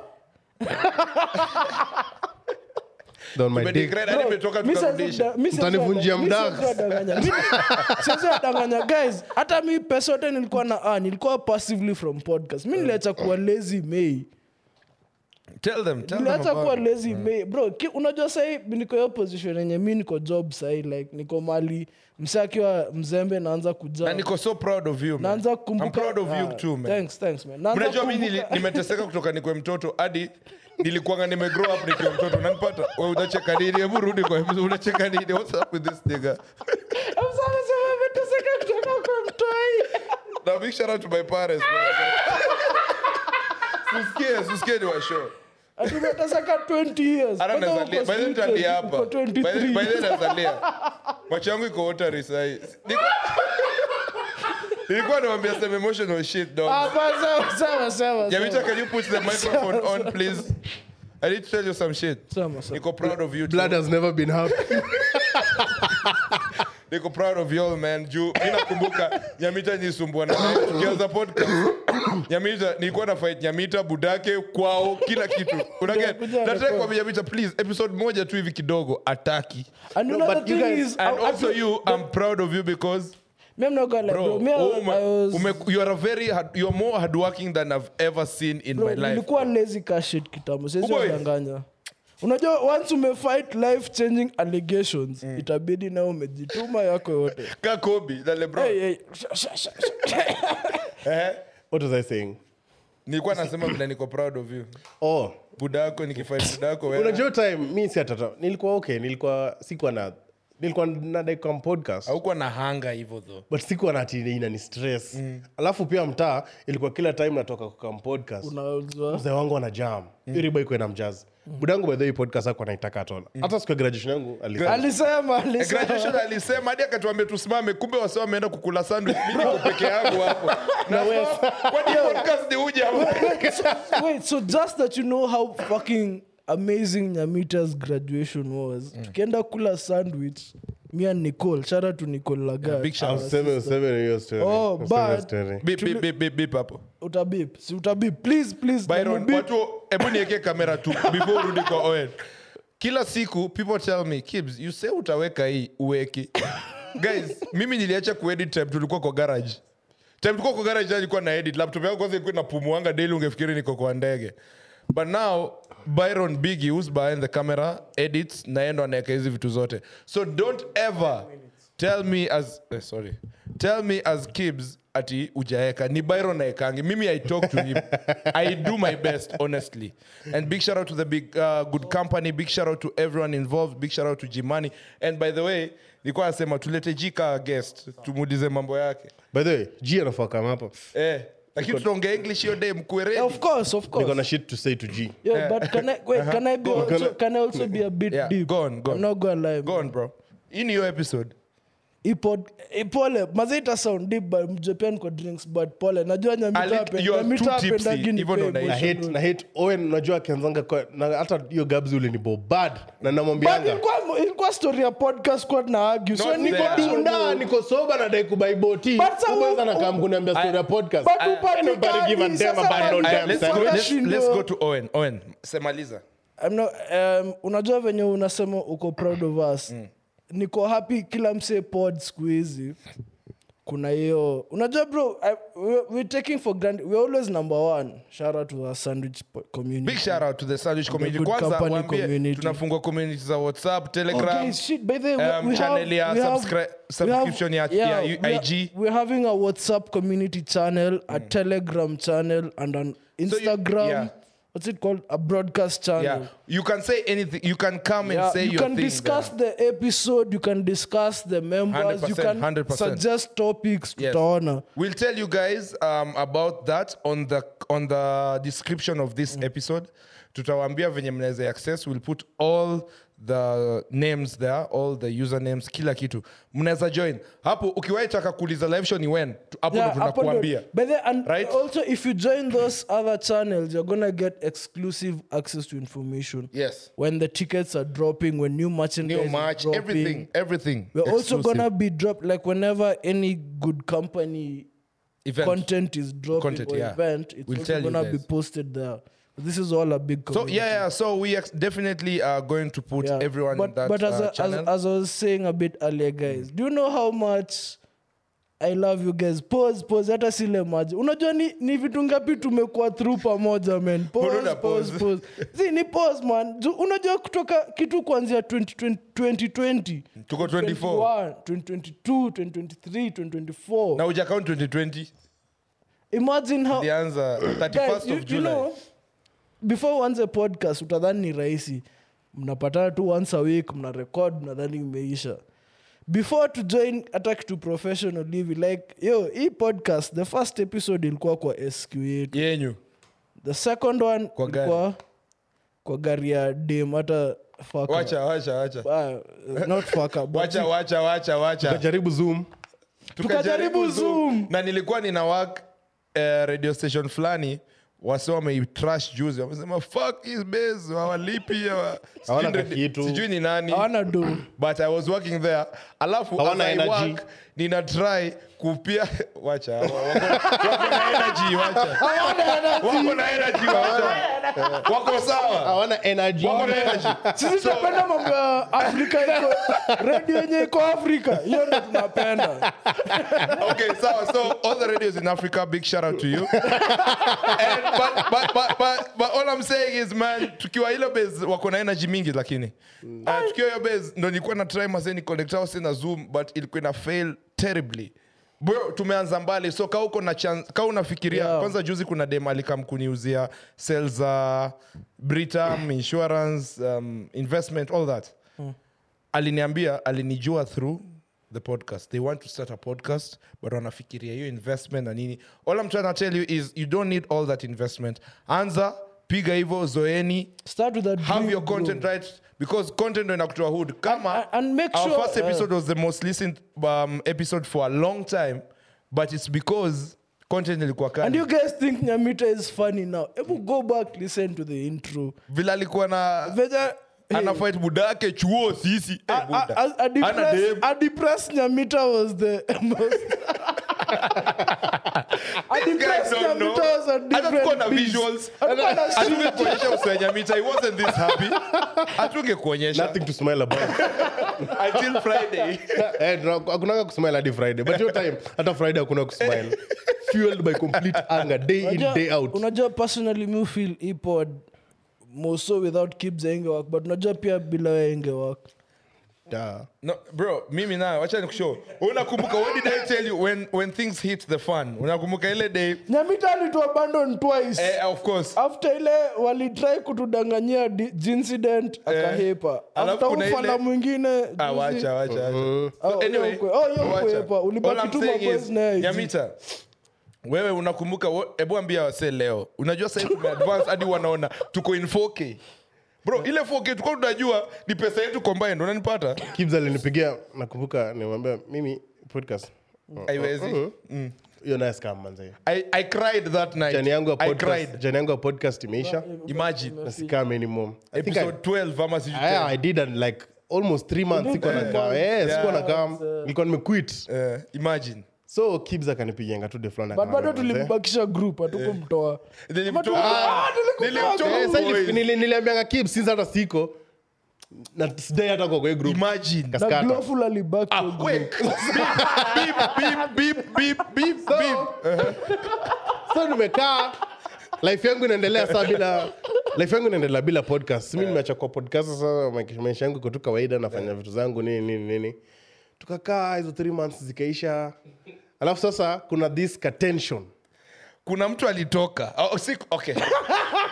Don my dick. Umedegrade hadi umetoka Mi siwezi tukarudisha. kuda- mi siwezi Mtanivunjia kuda- mi mdaka. siwezi kuwadanganya. Mi- siwezi kuwadanganya. guys hata mi pesa yote nilikuwa na ah, nilikuwa passively from podcast mi niliacha kuwa lazy may tell them tell them niliacha kuwa about it. lazy may bro ki, unajua sahi niko hiyo position yenye mi niko job sahi like niko mali msa akiwa mzembe naanza kujaa na niko so proud of you man naanza i'm kukumbuka proud of you ah, too man thanks, thanks, man. Naanza mnajua mi nili- kukumbuka- nimeteseka kutoka nikwe mtoto hadi nilikuanga nimegrow up nikiwa mtoto nanipata we unacheka nini hebu rudi kwa unacheka nini what's up with this nigga <laughs> I'm sorry, sorry, nimeteseka kutoka kwa mtoi. <laughs> Now big shout out to my parents. <laughs> bro. Usikie, usikie ni washo. Ati umeteseka 20 years. Hata Kwanza uko nazalia. By then sweet, nitalia hapa. uko By then 23. by then nazalia. Macho yangu iko watery sahi. Niko- Nilikuwa nawaambia some emotional shit dog. Hapa, Ah, sawa, sawa, sawa, sawa. Yamita, can you <laughs> put the microphone on please? I need to tell you some shit. Sawa, sawa. Niko proud of you. too. blood has never been happy Niko proud of you all man. Juu mimi nakumbuka Nyamita nilisumbua na naye <coughs> tukianza podcast. Nyamita nilikuwa na fight Nyamita budake kwao kila kitu. Unaget? Kuja, kuja, Nataka record. kwa Nyamita please episode moja tu hivi kidogo ataki. And No, another but you thing guys- is, And I- I also feel- you I'm proud of you because Me, I'm not gonna lie, bro, bro. Me, I- wewe I was- ume, ume, you are a very hard, you are more hardworking than I've ever seen in bro, my life. Oh, nilikuwa lazy ka shit kitambo siwezi Uboy. kudanganya. unajua once umefight life changing allegations Mm. itabidi nao umejituma <laughs> yako yote Ka Kobe na LeBron. Hey, hey, sha- sha- sha- sha. <laughs> Eh? <laughs> what was i saying Nilikuwa nasema vile niko proud of you. oh Budako nikifight budako wewe. unajua time mi si atata nilikuwa okay nilikuwa sikuwa na nilikuwa nadaikam podcast Haukuwa na hanga hivyo though. but sikuwa na ati ina ni stress alafu pia mtaa ilikuwa kila time natoka kukam podcast Unauzwa. mzee wangu ana jam mm. iriba iko na mjaz Mm. budangu by the way podcast ako anaitaka atola hata siku ya graduation yangu alisema alisema Eh, graduation alisema alisema hadi akatuambia tusimame kumbe wase wameenda kukula sandwich mi niko peke yangu <laughs> hapo Na sawa, kwani podcast ni uje hapo? wait so just that you know how fucking amazing nyamita's graduation was Mm. tukienda kula sandwich me and nicole shout out to nicole lagat big shout out. useme useme hiyo story Oh, Useme hiyo but- story. Beep, beep, beep, beep, beep hapo utabip si utabip please please byron utabip. watu hebu niweke kamera tu before urudi kwa oen kila siku people tell me kibs you say utaweka hii uweki guys mimi niliacha kuedit time tulikuwa kwa garage time tulikuwa kwa garage nilikuwa na edit laptop yangu kwanza ilikuwa inapumuanga daily ungefikiri niko kwa ndege but now byron biggie who's behind the camera edits naendo anaeka hizi vitu zote so don't ever tell me as eh, sorry tell me as kibs ati ujaeka ni byron aekangi mimi i talk to him i do my best honestly and big shout out to the big uh, good company big shout out to everyone involved big shout out to jimani and by the way nilikuwa nasema tulete jika guest tumuulize mambo yake by the way g anafaa kama hapa eh, lakini tutaongea english hiyo day mkueredi of course of course niko na shit to say to g Yo, but can I wait? Can I be Eh. Uh-huh. Go on. also, can I also be a bit Yeah, deep? go on, go on. I'm not gonna lie. gone bro hii ni hiyo episode Ipod, ipole mazita sound deep but mjepen kwa drinks but pole najua Ali- nyamita pe- you are too nyamita tipsy, apendagi ni even pay on a- emotion. na hate na hate owen najua akianzanga kwa na hata hiyo gabs ule ni bo bad na But namwambianga ilikuwa ilikuwa story ya podcast kwa na argue. So Not niko there. dunda dunda niko soba nadai kubaiboti But sa- ubeza na kam kuniambia story ya podcast Nobody give a damn about no damn let's, sandwich. go, let's, let's go to owen owen semaliza Mm. I'm not, um, unajua venye unasema uko proud of us niko happy kila mse pod siku hizi kuna hiyo unajua bro I, we, we're taking for granted we're always number one shout out to our sandwich po- community big shout out to the sandwich community good kwanza company waambie community. tunafungua community za whatsapp telegram Okay, shit. By the way, um, we- we channel have, ya we have- subscri- we have- subscription E ya- ya we U- are- IG. We're having a WhatsApp community channel, a Telegram channel, and an Instagram. Hmm. yeah. What's it called? A broadcast channel. yeah you can say anything you can come and Yeah, say you your can thing discuss there. the episode. You can discuss the members. You 100%, can 100%. suggest topics. Yes. tutaona. We'll tell you guys um, about that on the on the description of this Mm. episode. Tutawambia venye mnaweza access. We'll put all the names there, all the usernames, kila kitu. Mnaweza join. Hapo ukiwahi taka kuuliza live show ni when. Tu- Hapo ndo Yeah, hapo ndo- tunakuambia. By the- and Right? also if you join those other channels you're gonna get exclusive access to information Yes. when the tickets are dropping when new merchandise New is match, dropping. everything, everything. We're also Exclusive gonna be dropped like whenever any good company event. content is dropping Content, or yeah. event, it's We'll tell also you gonna be guys. posted there. This is all a big So community. yeah, yeah. So we ex- definitely are going to put Yeah. everyone but, in that but as, uh, I- as, channel. as I was saying a bit earlier, guys, do you know how much I love you guys? Pause, pause. Hata sile maji. Unajua ni, ni vitu ngapi tumekuwa through pamoja man. Pause, Corona pause, pause. pause. See, ni pause man. Ju- Unajua kutoka kitu kuanzia 2020, 2020 Tuko 24. 21, 2022, 2023, 2024. Now we account 2020. Imagine how The answer 31st guys, you, of July. you know before uanze podcast utadhani ni rahisi mnapatana tu once a week mna record mnadhani imeisha before to join hata kitu professional hivi like yo hii podcast the first episode ilikuwa kwa sq yetu yenyu the second one Kwa gari. ilikuwa kwa gari ya dem hata fuck up. wacha wacha wacha Ah, not fuck up, but wacha wacha wacha wacha Jaribu Zoom. tukajaribu Zoom. na nilikuwa nina work eh, radio station fulani wase wameitrash juzi wamesema fuck is base hawalipi hawa- Hawana sijui ndio- kitu. sijui ni nani hawana do but i was working there alafu as Hawana I energy. work, nina try kupia <laughs> wacha wako wako na energy wacha wako na energy wacha wako sawa Hawana energy. wako na energy sisi tunapenda mambo ya afrika iko <laughs> radio yenye iko afrika hiyo ndo tunapenda okay, so so all the radios in Africa, big shout out to you. and, but, but, but, but, but all I'm saying is man, tukiwa ile base wako na energy mingi lakini uh, tukiwa hiyo base ndo nilikuwa na try mazeni connect au sina zoom but ilikuwa ina fail terribly. Bro, tumeanza mbali so ka uko na chance ka unafikiria Yeah. kwanza juzi kuna dem alikam kuniuzia sales za Britam insurance um, investment all that aliniambia alinijua through the podcast they want to start a podcast but wanafikiria hiyo investment na nini all i'm trying to tell you is you don't need all that investment anza piga hivo zoeni start with that have dream, your bro. content right because content ndo inakutoa hood kama And- and make our sure- uh, first episode was the most listened um, episode for a long time but it's because content ilikuwa kali. and you guys think nyamita is funny now ebu go back listen to the intro vile alikuwa na Veja- hey, anafight buda yake chuo sisi Eh, a- a- buda. a- a depressed- Ana dem. a depressed nyamita was the most <laughs> A depressed don't know. Nyamita was a Hata tuko na different beast. visuals. Alikuwa na shida. hatungekuonyesha usenyamita wasn't this happy hatungekuonyesha Nothing to smile about. until friday <laughs> Eh, tuna- hakunaga kusmile hadi friday but hiyo time hata friday hakuna kusmile fueled by complete anger day in Unajua- day out unajua personally mi feel ipod moso without kibs aingewak but unajua pia bila wewe aingewak Da. no, bro mimi nayo wacha nikushow unakumbuka what did i tell you when, when things hit the fan unakumbuka ile day nyamita alitu abandon twice eh, of course after ile walitrai kutudanganyia di- jinsident akahepa Eh, alafu after kuna ufala ile- mwingine juzi- Ah, wacha, wacha, wacha. Oh, So hiyo anyway, ukwe- oh, hiyo wacha. ukwepa. Ulibaki All I'm tu saying mapoints is, na IG. Nyamita, wewe unakumbuka wo- hebu ambia wase leo unajua sahii tumeadvance hadi wanaona tuko in 4k bro ile 4k tuko tunajua ni pesa yetu combined unanipata kibs alinipigia nakumbuka nimwambia mimi podcast aiwezi Mm. hiyo naye scam manze I, i cried that night jani yangu ya i podcast cried jani yangu ya podcast imeisha imagine na scam anymore I think I, episode 12 ama sijui Ah, I, I did and like almost three months sikuwa nakaa eh sikuwa Yeah. nakaa nilikuwa nimequit 10. Eh, imagine so kibs akanipigianga tu deflan but bado tulimbakisha group hatukumtoa Nilimtoa- Ama tu- ah, tulikutoa Eh, nilimtoa- group. Boys. niliambianga kibs since hata siko na sijai hata kwa kwa hii group Imagine. na Kaskata. glowful alibaki Ah, wait. Beep, beep, beep, beep, beep, beep. so nimekaa life yangu inaendelea saa bila life yangu inaendelea bila podcast mi nimeacha kwa podcast sasa ma- maisha yangu iko tu kawaida nafanya vitu zangu nini nini nini tukakaa hizo three months zikaisha alafu sasa kuna this tension kuna mtu alitoka oh, si, okay.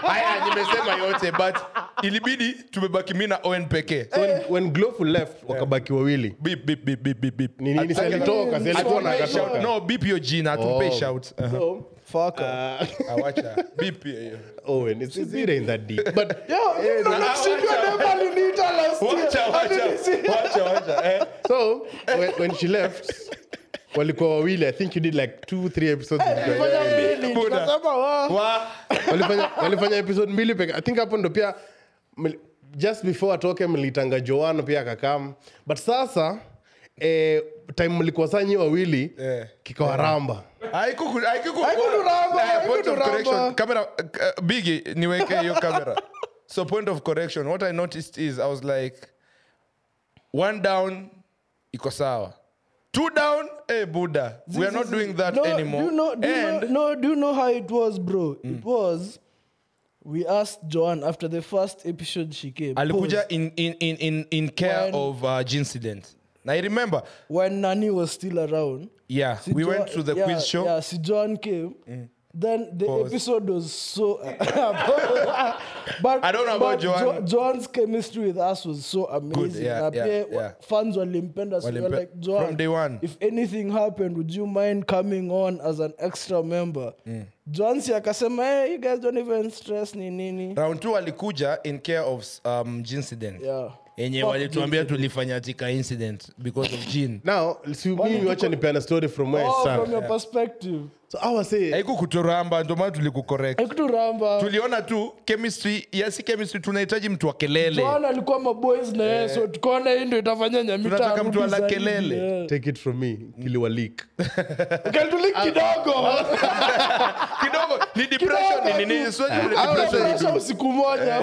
haya nimesema yote but ilibidi tumebaki mi na on pekee so when, when glowful left wakabaki wawili Beep, beep, beep, beep, beep, beep. Ni nini, si Ataka- alitoka, si alitoka na Atumpee shout. akatoka. no beep hiyo jina atumpee Oh. shout Uh-huh. so, uh, awacha beep eh, hiyo, hiyo. Owen, it's, it's it ain't that <laughs> deep but Eh, Wacha, wacha, <laughs> wacha, wacha, eh. so when, when she left walikuwa wawili i think you did like two three episodes Buddha. Wa- walifanya, walifanya episode mbili peke i think hapo ndo pia mli- just before atoke mlitanga joano pia akakam but sasa eh, time mlikuwa sanyi wawili Eh. kikawaramba Haikuku- haikuku- Haikuturamba, Eh, point of haikuturamba. correction. Camera, uh, Biggie, niweke hiyo camera so point of correction what i noticed is i was like one down iko sawa two down eh, buddha we are not doing that no, anymore Do you know, do you and Mm. know, no, do you know how it was, bro? It was we asked Joanne after the first episode she came. alikuja pause, in, in, in, in, in care When- of uh, incident na i remember when Nani was still around. yeah Si we went Jo- to the yeah, quiz show Mm. Yeah, si Joanne came. Then the Pause. episode was so. <laughs> but I don't know about but Jo- Joanne. Joanne's chemistry with us was so amazing. yeah, Na yeah, pia yeah. Fans walimpenda. So we were Walimpe- like, Joanne, from day one." if anything happened, would you mind coming on as an extra member? Mm. Joanne si akasema, hey, you guys don't even stress ni nini. round two alikuja in care of um, incident Yeah. yenye Fuck walituambia tulifanya tika incident because of jin now si mimi Walituko- wacha nipeana story from where Oh, I from start. your perspective. so I was saying, haiku kuturamba ndio maana tulikucorrect Haikuturamba. tuliona tu chemistry yasi chemistry tunahitaji mtu wa kelele Joanne alikuwa maboys na yeye, so tukaona hii ndo itafanya Nyamita Eh. Tunataka mtu arudi ala zaidi, kelele. yeah. take it from me kiliwa leak Ukatulink kidogo kidogo ni depression ni nini sio ni depression Pressure ah, usiku moja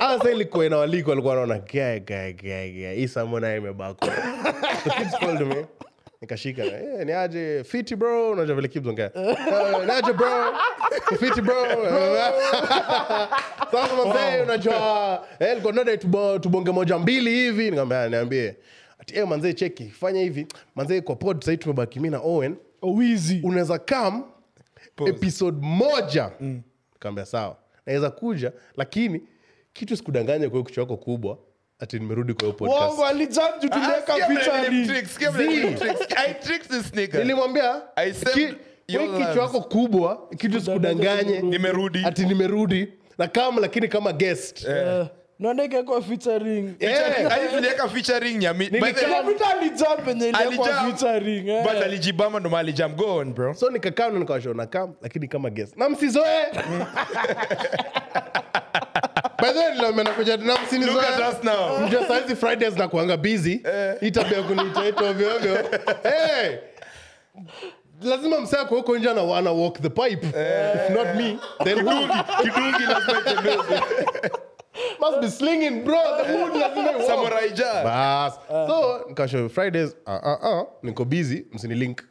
awasa ilikuwa inawaliku walikuwa wanaona "Gai, gai, gai, gai, hii samona imebakwa So Kibz called me nikashika eh, ni aje fiti bro unajua vile Kibz ongea Eh, ni aje bro fiti bro <laughs> sasa mazee unajua eh, ilikuwa nenda tubo- tubonge moja mbili hivi nikamwambia niambie ati eh manzee cheki fanya hivi manzee kwa pod sasa tumebaki mimi na Owen wizi unaweza kam episode moja mm. kaambia sawa naweza kuja lakini kitu sikudanganya kwa kichwa wako kubwa ati nimerudi kwa hiyo podcast. wongo alijamju tuliweka picha ni- nilimwambia I saved ki- your we kichwa lives. wako kubwa kitu sikudanganye Nimerudi. ati nimerudi na kam lakini kama guest Eh, naona ikawekwa featuring Eh, tuliweka featuring ya mi- by the- Nilikam- Nyamita alijam penye iliwekwa Alijam, featuring eh. but alijibamba ndo mahali jam go on bro so nikakaa na nikawasha na kam lakini kama guest na msizoe <laughs> by the way niliwaambia nakuja na look msinizoe at us now Mjua saizi fridays na kuanga busy Eh. hii tabia kunitaita ovyoovyo hey! lazima msaa kwa huko nje ana- ana walk the pipe if not me then who Eh. kidungi lazima itembeze must be slinging bro the mood lazima iwe warm. samurai ja bas Eh. so nikasho fridays uh, uh, uh, niko busy msinilink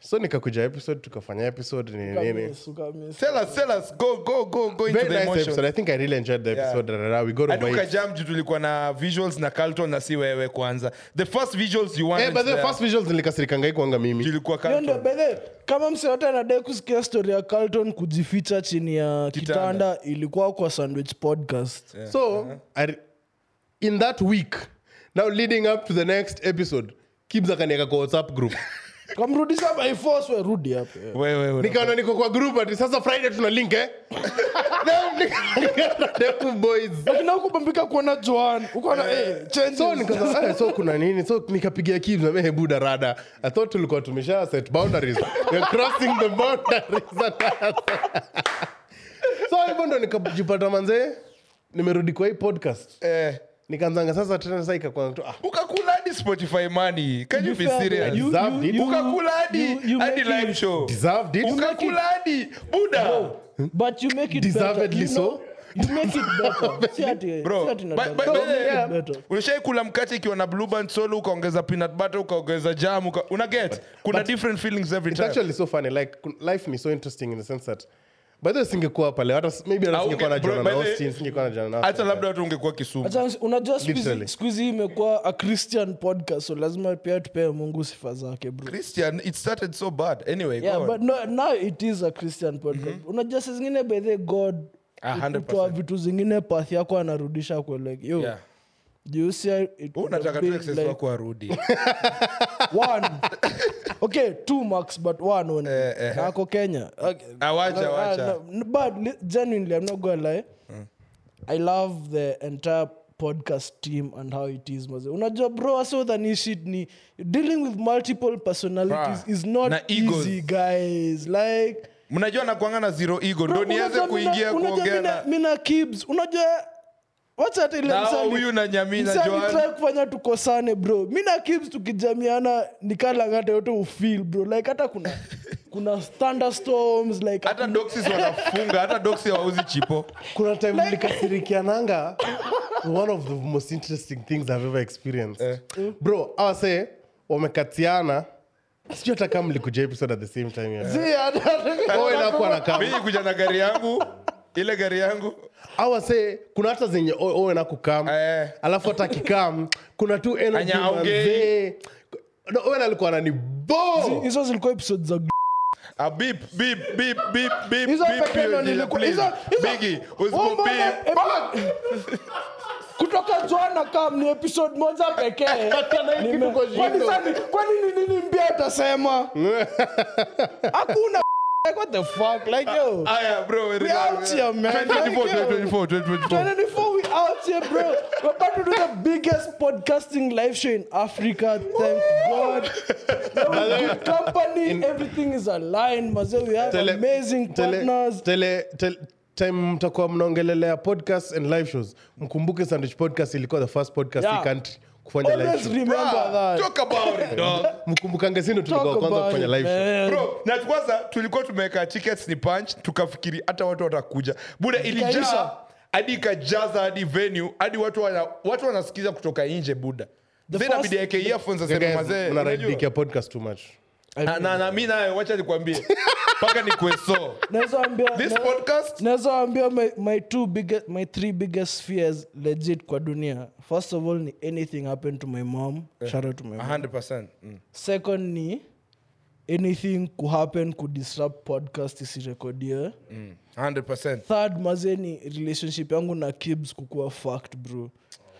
so nikakuja episode tukafanya episode nini nini Ukamiss, ukamiss. tell us tell us go go go go into very the nice emotion episode i think i really enjoyed the episode yeah. we got over it adukajam juu tulikuwa na visuals na carlton na si wewe kwanza the first visuals you hey, wanted Eh, by the way, there, first visuals nilikasirikangai kuanga mimi ilikuwa Hiyo ndio carlton bedhe kama mseyote anadai kusikia story ya carlton kujificha chini ya Kitanda. kitanda ilikuwa kwa sandwich podcast So Uh-huh. I re- in that week, now leading up to the next episode, Kibz akanieka kwa WhatsApp <laughs> group. kamrudisha by force we rudi hapo eh. wewe una- Nikaona niko kwa group ati sasa Friday tuna link <laughs> eh. Then nikaona <laughs> Deku boys. lakini akubambika kuona joan ukuona eh, changes. So nikaza eh, so kuna nini? So nikapigia Kibz na mimi buda rada. I thought tulikuwa tumesha set boundaries. We're crossing the boundaries. <laughs> so hivyo ndo nikajipata manzee nimerudi kwa hii podcast. eh Nikaanzanga sasa tena sasa ikakuwa tu, ah ukakula hadi spotify money can you be Fair, serious you- Deserved you- it. you- ukakula hadi you- you hadi make live it- show Deserved it. ukakula hadi buda But you make it better. deservedly You know, so you make it better. See ati- <laughs> Bro, see ati but- nataka- but- You but- make it yeah. better. ulishai kula mkate ikiwa na blue band solo ukaongeza peanut butter ukaongeza jam uka, una get kuna different feelings every it's time actually so funny like kun- life ni so interesting in the sense that by the way singekuwa pale hata s- maybe hata Ah, singekuwa na okay, bro, Jordan by the way, Austin singekuwa na Jordan hata Austin. labda watu ungekuwa kisumu Hata si- unajua siku hizi- Literally. siku hizi imekuwa a christian podcast so lazima pia tupee mungu sifa zake bro christian it started so bad anyway go yeah, on. but no, now it is a christian podcast Mm-hmm. unajua saa zingine by the way, god Ah, 100%. hutoa vitu zingine path yako anarudisha kwa like yo Yeah. do you see how it Wewe would have unataka tu been access like wako arudi one okay two marks but one only Na ako kenya <laughs> okay. Ah, Eh, wacha, Ah, wacha. no, n- but li- genuinely i'm not gonna lie i love the entire podcast team and how it is maze unajua bro aso than shit ni dealing with multiple personalities Bruh. is not Na egos. easy guys like mnajua nakwanga na zero ego ndo nianze kuingia kuongea na mina kibs unajua wacha hata ile Na hao msanii- huyu na Nyamina msanii Joan. try kufanya tukosane bro mi na kibs tukijamiana nikalangata yote ufil bro like hata kuna <laughs> kuna thunderstorms like hata <laughs> doxis wanafunga hata doxi hawauzi chipo kuna time <laughs> nilikasirikiananga one of the most interesting things i've ever experienced Eh. Mm. bro awase wamekatiana sijui hata kama mlikuja episode at the same time yeah. <laughs> Oh, inakuwa na kama. mi kuja na gari yangu ile gari yangu Hawa say kuna hata zenye o- owe na kukam Eh. alafu hata kikam kuna tu energy Anya aongei. manzee. No, Owen alikuwa anani bo hizo zilikuwa episodes za Ah, beep, beep, beep, beep, beep, Hizo beep, pekee ndo you- nilikuwa- please. hizo- hizo- Biggie, Oh, usipo mbona- beep. eh, kutoka jana kam ni episode moja <laughs> pekee hii Nime- kitu kwa shingo. Kwani sasa- kwani ni nini mbia <laughs> utasema hakuna <laughs> what the fuck like yo Aya, bro, We relax. out here, man. 2024, Thank you. 2024, 2024. 24 we out here bro we're about to do the biggest podcasting live show in africa thank <laughs> god We're in good company everything is aligned maze we have Tele- amazing tele- partners tele- tel- time mtakuwa mnaongelelea podcast and live shows mkumbuke sandwich podcast ilikuwa the first podcast Yeah. in country kufanya live always show. remember that Talk about it, dog. mkumbukange sindo tulikuwa wa Talk kwanza about kufanya it, live show man. Bro, na kwanza tulikuwa tumeweka tickets ni punch tukafikiri hata watu watakuja buda Ikaisha. ilijaa hadi ikajaza hadi venue hadi watu wana, watu wanasikiza kutoka nje buda Then first- inabidi aeke earphones Yeah, aseme, guys, "Mazee, mna unajua?" radikia podcast too much Na- na na mi nayo wacha <laughs> nikwambie mpaka nikueso Naweza ambia- this na- podcast naweza ambia my, my two biggest, my three biggest fears legit kwa dunia first of all ni anything happen to my mom Eh. shout out to my mom 100%. Mm. second ni anything kuhappen kudisrupt podcast isirekodie Mm. 100%. third maze ni relationship yangu na kibs kukuwa fact bro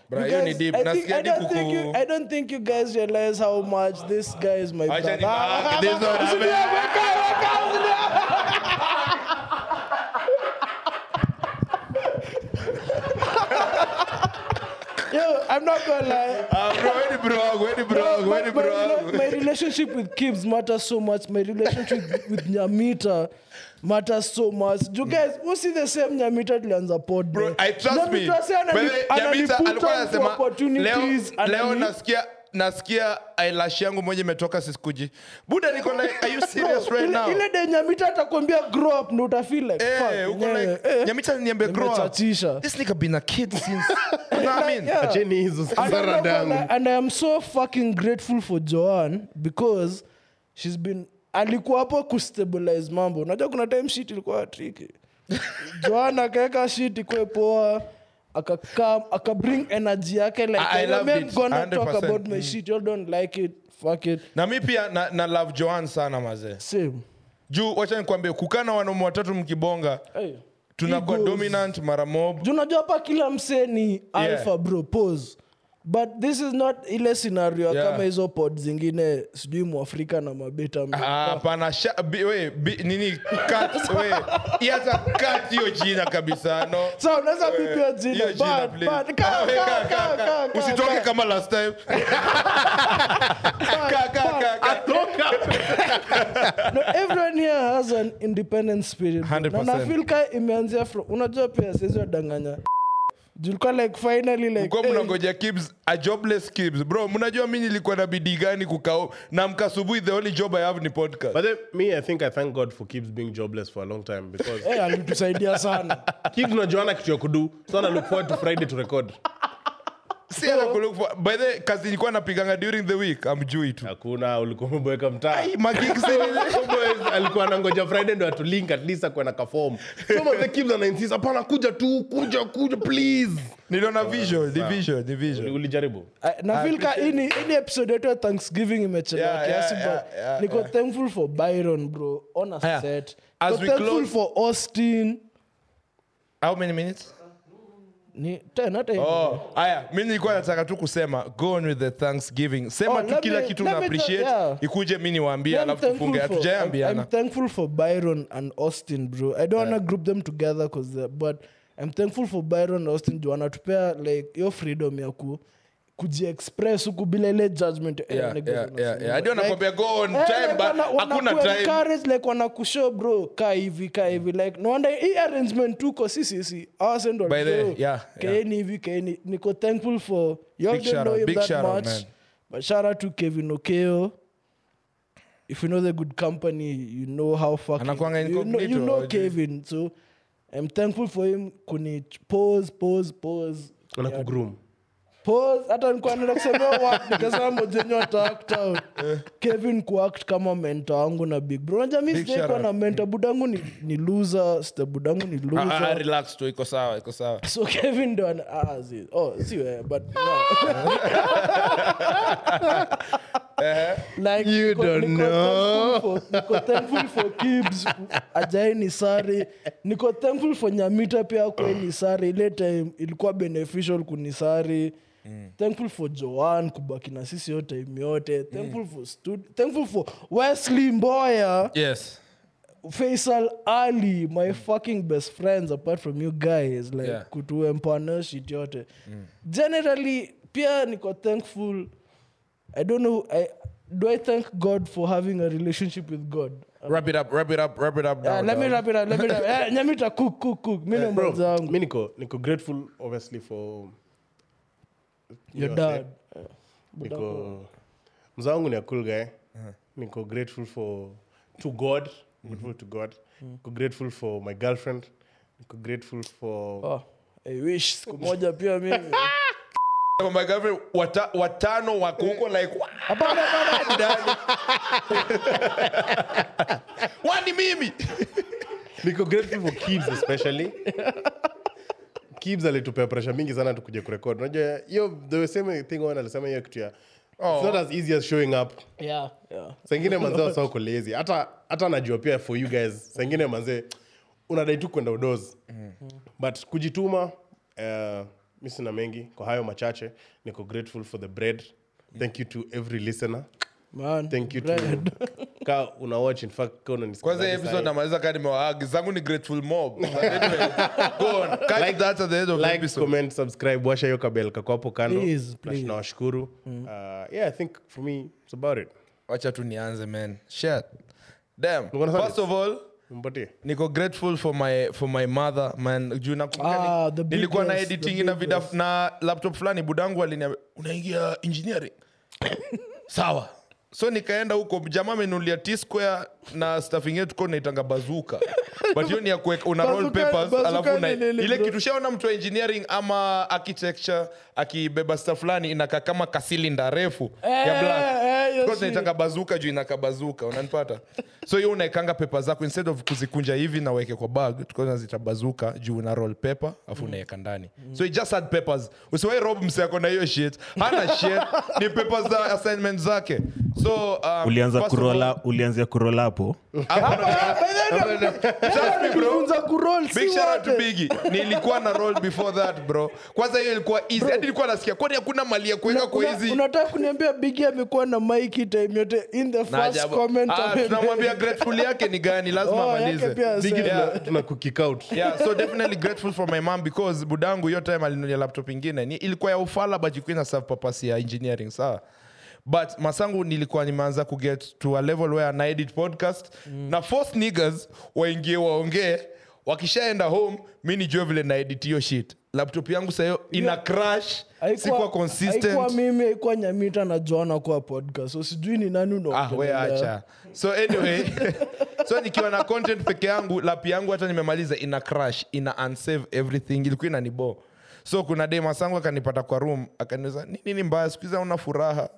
Bro, You hiyo ni guys- deep. I think- Nasikia I hadi don't think kuku- you- I don't think you guys realize how much this guy is my <laughs> Wacha Ah, brother. nibake, this is what happened. Yo, I'm not gonna lie. Ah, bro, wewe ni bro wangu, wewe ni bro wangu, my, wewe ni my bro wangu. rela- my relationship with Kibs matters so much. My relationship with Nyamita matters so much. You guys, who see the same Nyamita tulianza pod? Hmm. Bro, bro? I trust me. Nyamita sana By the anani- way, ananipush Jamita alikuwa on to anasema opportunities, leo, leo anani- nasikia nasikia eyelash yangu moja imetoka siskuji. Buda niko like <laughs> are you serious right ile, now? ile de nyamita atakwambia grow up ndo utafeel like Eh, fuck, uko yenyewe, like eh. Nyamita niambie grow up. Nimechatisha. This nigga been a <laughs> kid since. You know what I mean? Yeah. acheni hizo And I'm not saranda gonna yangu lie, and i am so fucking grateful for joan because she's been alikuwa hapo kustabilize mambo unajua kuna time shit <laughs> ilikuwa triki joan akaeka shit ikwe poa akakam akabring energy yake like I- I you know, loved me, I'm it, Mm. gonna talk 100%. about my shit you don't like it fuck it Na mi pia na, na love Joan sana mazee. same Juu wacha nikwambie kukaa na wanaume watatu mkibonga hey. tunakuwa Egos. dominant mara mob. Juu unajua hapa kila msee ni alpha bro pose but this is not ile scenario Yeah. kama hizo pod zingine sijui mwafrika na mabeta mna- Ah, Hapana, sha- bi- we, bi- nini cut, we. Hii hata cut hiyo jina kabisa no. so unaweza pipia Eh, Hiyo jina jina, but- please. but- <laughs> kaa, Ah, we, kaa, kaa, kaa, kaa. kaa, kaa, kaa, usitoke kaa. kama last <laughs> time Kaa, kaa, kaa, kaa. No, everyone here has an independent spirit bro. na 100%. nafeel ka imeanzia from unajua pia siwezi wadanganya julikuwa like finally like mlikuwa eh, mnangoja kibs a jobless kibs bro mnajua mi nilikuwa na bidii gani kukaa na mkasubuhi the only job i have ni podcast But then, me, I think I thank God for Kibs being jobless for a long time because eh, alitusaidia <laughs> sana Kibs unajuana kitu ya kudu. So I look forward to Friday to record. si hata kulook for- by the kazi nilikuwa napiganga during the week amjui tu Hakuna ulikuwa umeboeka mtaa. Ai, magigs <laughs> ni- Boys, alikuwa anangoja friday ndo atulink at least akuwe na kafom some of the kids anainsis hapana kuja tu kuja kuja please niliona vision ni vision ni Uli- vision ulijaribu I- na feel ka ini ini episode yetu ya thanksgiving imechelewa Yeah, kiasi yeah, but yeah, yeah, niko thankful for byron bro on a Aya. set As Niko we thankful close- for austin how many minutes ni tena tena Oh, aya mi nilikuwa nataka tu kusema go on with the thanksgiving sema Oh, tu let kila me- kitu let na me appreciate tell- yeah. ikuje mi niwaambie Yeah, I'm alafu thankful tufunge for- I'm, hatujaambiana I'm thankful for Byron and Austin, bro. I don't wanna group them together because, but I'm thankful for Byron and Austin. juu wanatupea like your freedom ya ku kujiexpress huku bila ile judgment eh, Yeah, niggas yeah, yeah, wanasema. yeah. Hadi wanakuambia go on eh, time, but wana- hakuna wanaku- time. encourage, like wanakushow bro kaa hivi kaa hivi like no wonder hii arrangement tuko si sisi us and By the- yeah, kaeni hivi kaeni niko thankful for you all Big don't shout know out, him big that shout out, much man. but shout out to Kevin Okeo if you know the good company, you know how fucking Anakuanga you know, you incognito, know or do you- Kevin. So I'm thankful for him. Kuni pause, pause, pause, anakugroom pause. Hata nilikuwa naenda kusema wapi nikasema mojenyo atact out. Kevin kuact kama mentor wangu na big bro. Unajua mimi Big sijawahi kuwa shout na mentor. Budangu ni, ni loser, sita budangu ni loser. Ah, ah, relax tu iko sawa iko sawa So Kevin ndo ana ah, zi- oh si wewe but no. like You niko- don't niko know. thankful for- niko thankful for Gibbs ajai ni sari niko thankful for Nyamita pia kwe ni sari ile time ilikuwa beneficial kunisari Mm. thankful for Joan kubaki na sisi yo time yote thankful for stud thankful for Wesley Mboya yes Faisal Ali, Mm. my fucking best friends apart from you guys, like Yeah. yeah. kutuempana shit yote. Mm. Generally, pia niko thankful. I don't know, I, do I thank God for having a relationship with God? wrap it up wrap it up wrap it up Uh, down, let me down. wrap it up, let me <laughs> wrap it up. Nyamita, cook, cook, cook. Mi ndo bro mmoja wangu. mi niko niko grateful obviously for Your your dad. niko mzaa wangu ni a cool guy Uh-huh. niko grateful for to god grateful to god Mm-hmm. niko grateful for my girlfriend niko grateful for Oh, I wish siku moja <laughs> pia mimi. Kwa Oh my girlfriend wata, watano wako huko like "Wa- Hapana, hapana. <laughs> wani mimi niko grateful for kids especially kids alitupea pressure mingi sana tukuje kurekod unajua hiyo the same thing one alisema hiyo kitu ya Oh. it's not as easy as showing up Yeah, yeah. sengine manzee wasauko lezi hata hata najua pia for you guys sengine manzee unadai tu kwenda udozi but kujituma uh, mi sina mengi kwa hayo machache niko grateful for the bread thank you to every listener Man, thank you bread. <laughs> to ka una watch in fact ka unanisikiza kwanza hii hadi episode sahi. namaliza kaa nimewaagi zangu ni grateful mob But anyway, go on cut Like- that at the end of the like episode comment subscribe washa hiyo kabel kako hapo kando Please, Na please. tunawashukuru uh, yeah i think for me it's about it wacha tu nianze man shit damn gonna start first of all mpatie niko grateful for my for my mother man juu nakumbuka Ah, ni- the big nilikuwa na girls, the editing big na vida girls. na laptop fulani budangu aliniambia unaingia engineering <coughs> sawa so nikaenda huko jamaa amenulia t square na staffing yetu tuko naitanga bazuka but hiyo ni ya kuweka una roll Bazooka- papers bazooka alafu una, ni nini, ile bro? kitu shaona mtu wa engineering ama architecture akibeba staff fulani inakaa kama kasilinda refu ya Eh, black eh, hiyo Because shit. naitanga bazuka juu inaka bazuka unanipata <laughs> so hiyo unaekanga pepa zako instead of kuzikunja hivi na uweke kwa bag tuko nazita bazuka juu una roll paper afu Mm. unaeka ndani so it just had papers usiwai rob mseako na hiyo shit hana <laughs> shit ni papers za assignment zake so um, ulianza first of all- Ah, kurola ulianzia kurola hapo Trust me, bro. Tunajifunza kuroll, si Big shout out wote. to Biggie. nilikuwa na roll before that bro kwanza hiyo ilikuwa easy hadi nilikuwa nasikia kwani hakuna mali ya kuweka kwa Una- hizi unataka kuniambia bigi amekuwa na maiki time yote in the Na first ajabu. comment Ah, ame- tunamwambia grateful yake ni gani lazima Oh, yake amalize pia bigi sawa. Yeah. tuna, tuna kukick <laughs> out yeah so definitely grateful for my mom because budangu hiyo time alinulia laptop ingine ni ilikuwa ya ufala but ilikuwa ina serve purpose ya engineering sawa but masangu nilikuwa nimeanza Mm. kuget to a level where na edit podcast na force niggas waingie waongee wakishaenda home mi nijue vile naedit hiyo shit laptop yangu sahiyo ina crash Haikuwa- sikuwa haikuwa consistent mimi haikuwa nyamita na joana kuwa podcast so sijui ni nani ah, we unaongelea. acha so anyway <laughs> so nikiwa na content peke yangu lap yangu hata nimemaliza ina crash ina unsave everything ilikuwa inanibo so kuna day masangu akanipata kwa room akaniuza "Ni nini mbaya sikuiza una furaha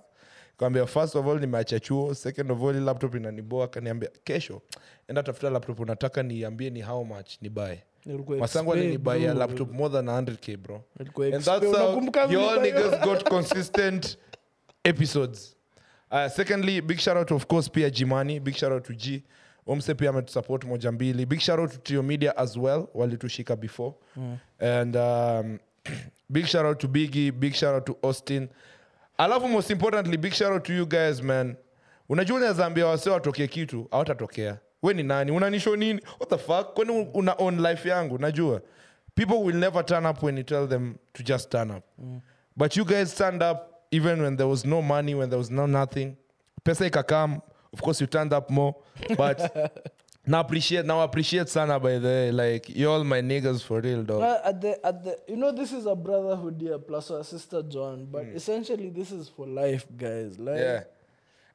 kaambia first of all nimeacha chuo second of all hii laptop inaniboa akaniambia kesho enda tafuta laptop unataka niambie ni how much nibaye Nilikuwa masangu explain, alinibaia bro. laptop more than 100k bro Nilikuwa and that's explain. how Unakumbuka vile y'all nilibaiwa? niggas got consistent episodes uh, secondly big shout out of course pia jimani big shout out to g omse pia ametusupport moja mbili big shout out to tio media as well walitushika before and um, <clears throat> big shout out to biggie big shout out to austin alafu most importantly big shout out to you guys man unajua unaweza ambia wasee watokee kitu hawatatokea we ni nani unanisho nini what the fuck kwani u- una own life yangu najua people will never turn up when you tell them to just turn up but you guys stand up even when there was no money when there was no nothing pesa ikakam of course you turned up more but na appreciate now appreciate sana by the way like you all my niggas for real dog Well, at the, at the, you know, this is a brotherhood here, plus our sister John, but essentially, this is for life, guys. Hmm. Like, Yeah.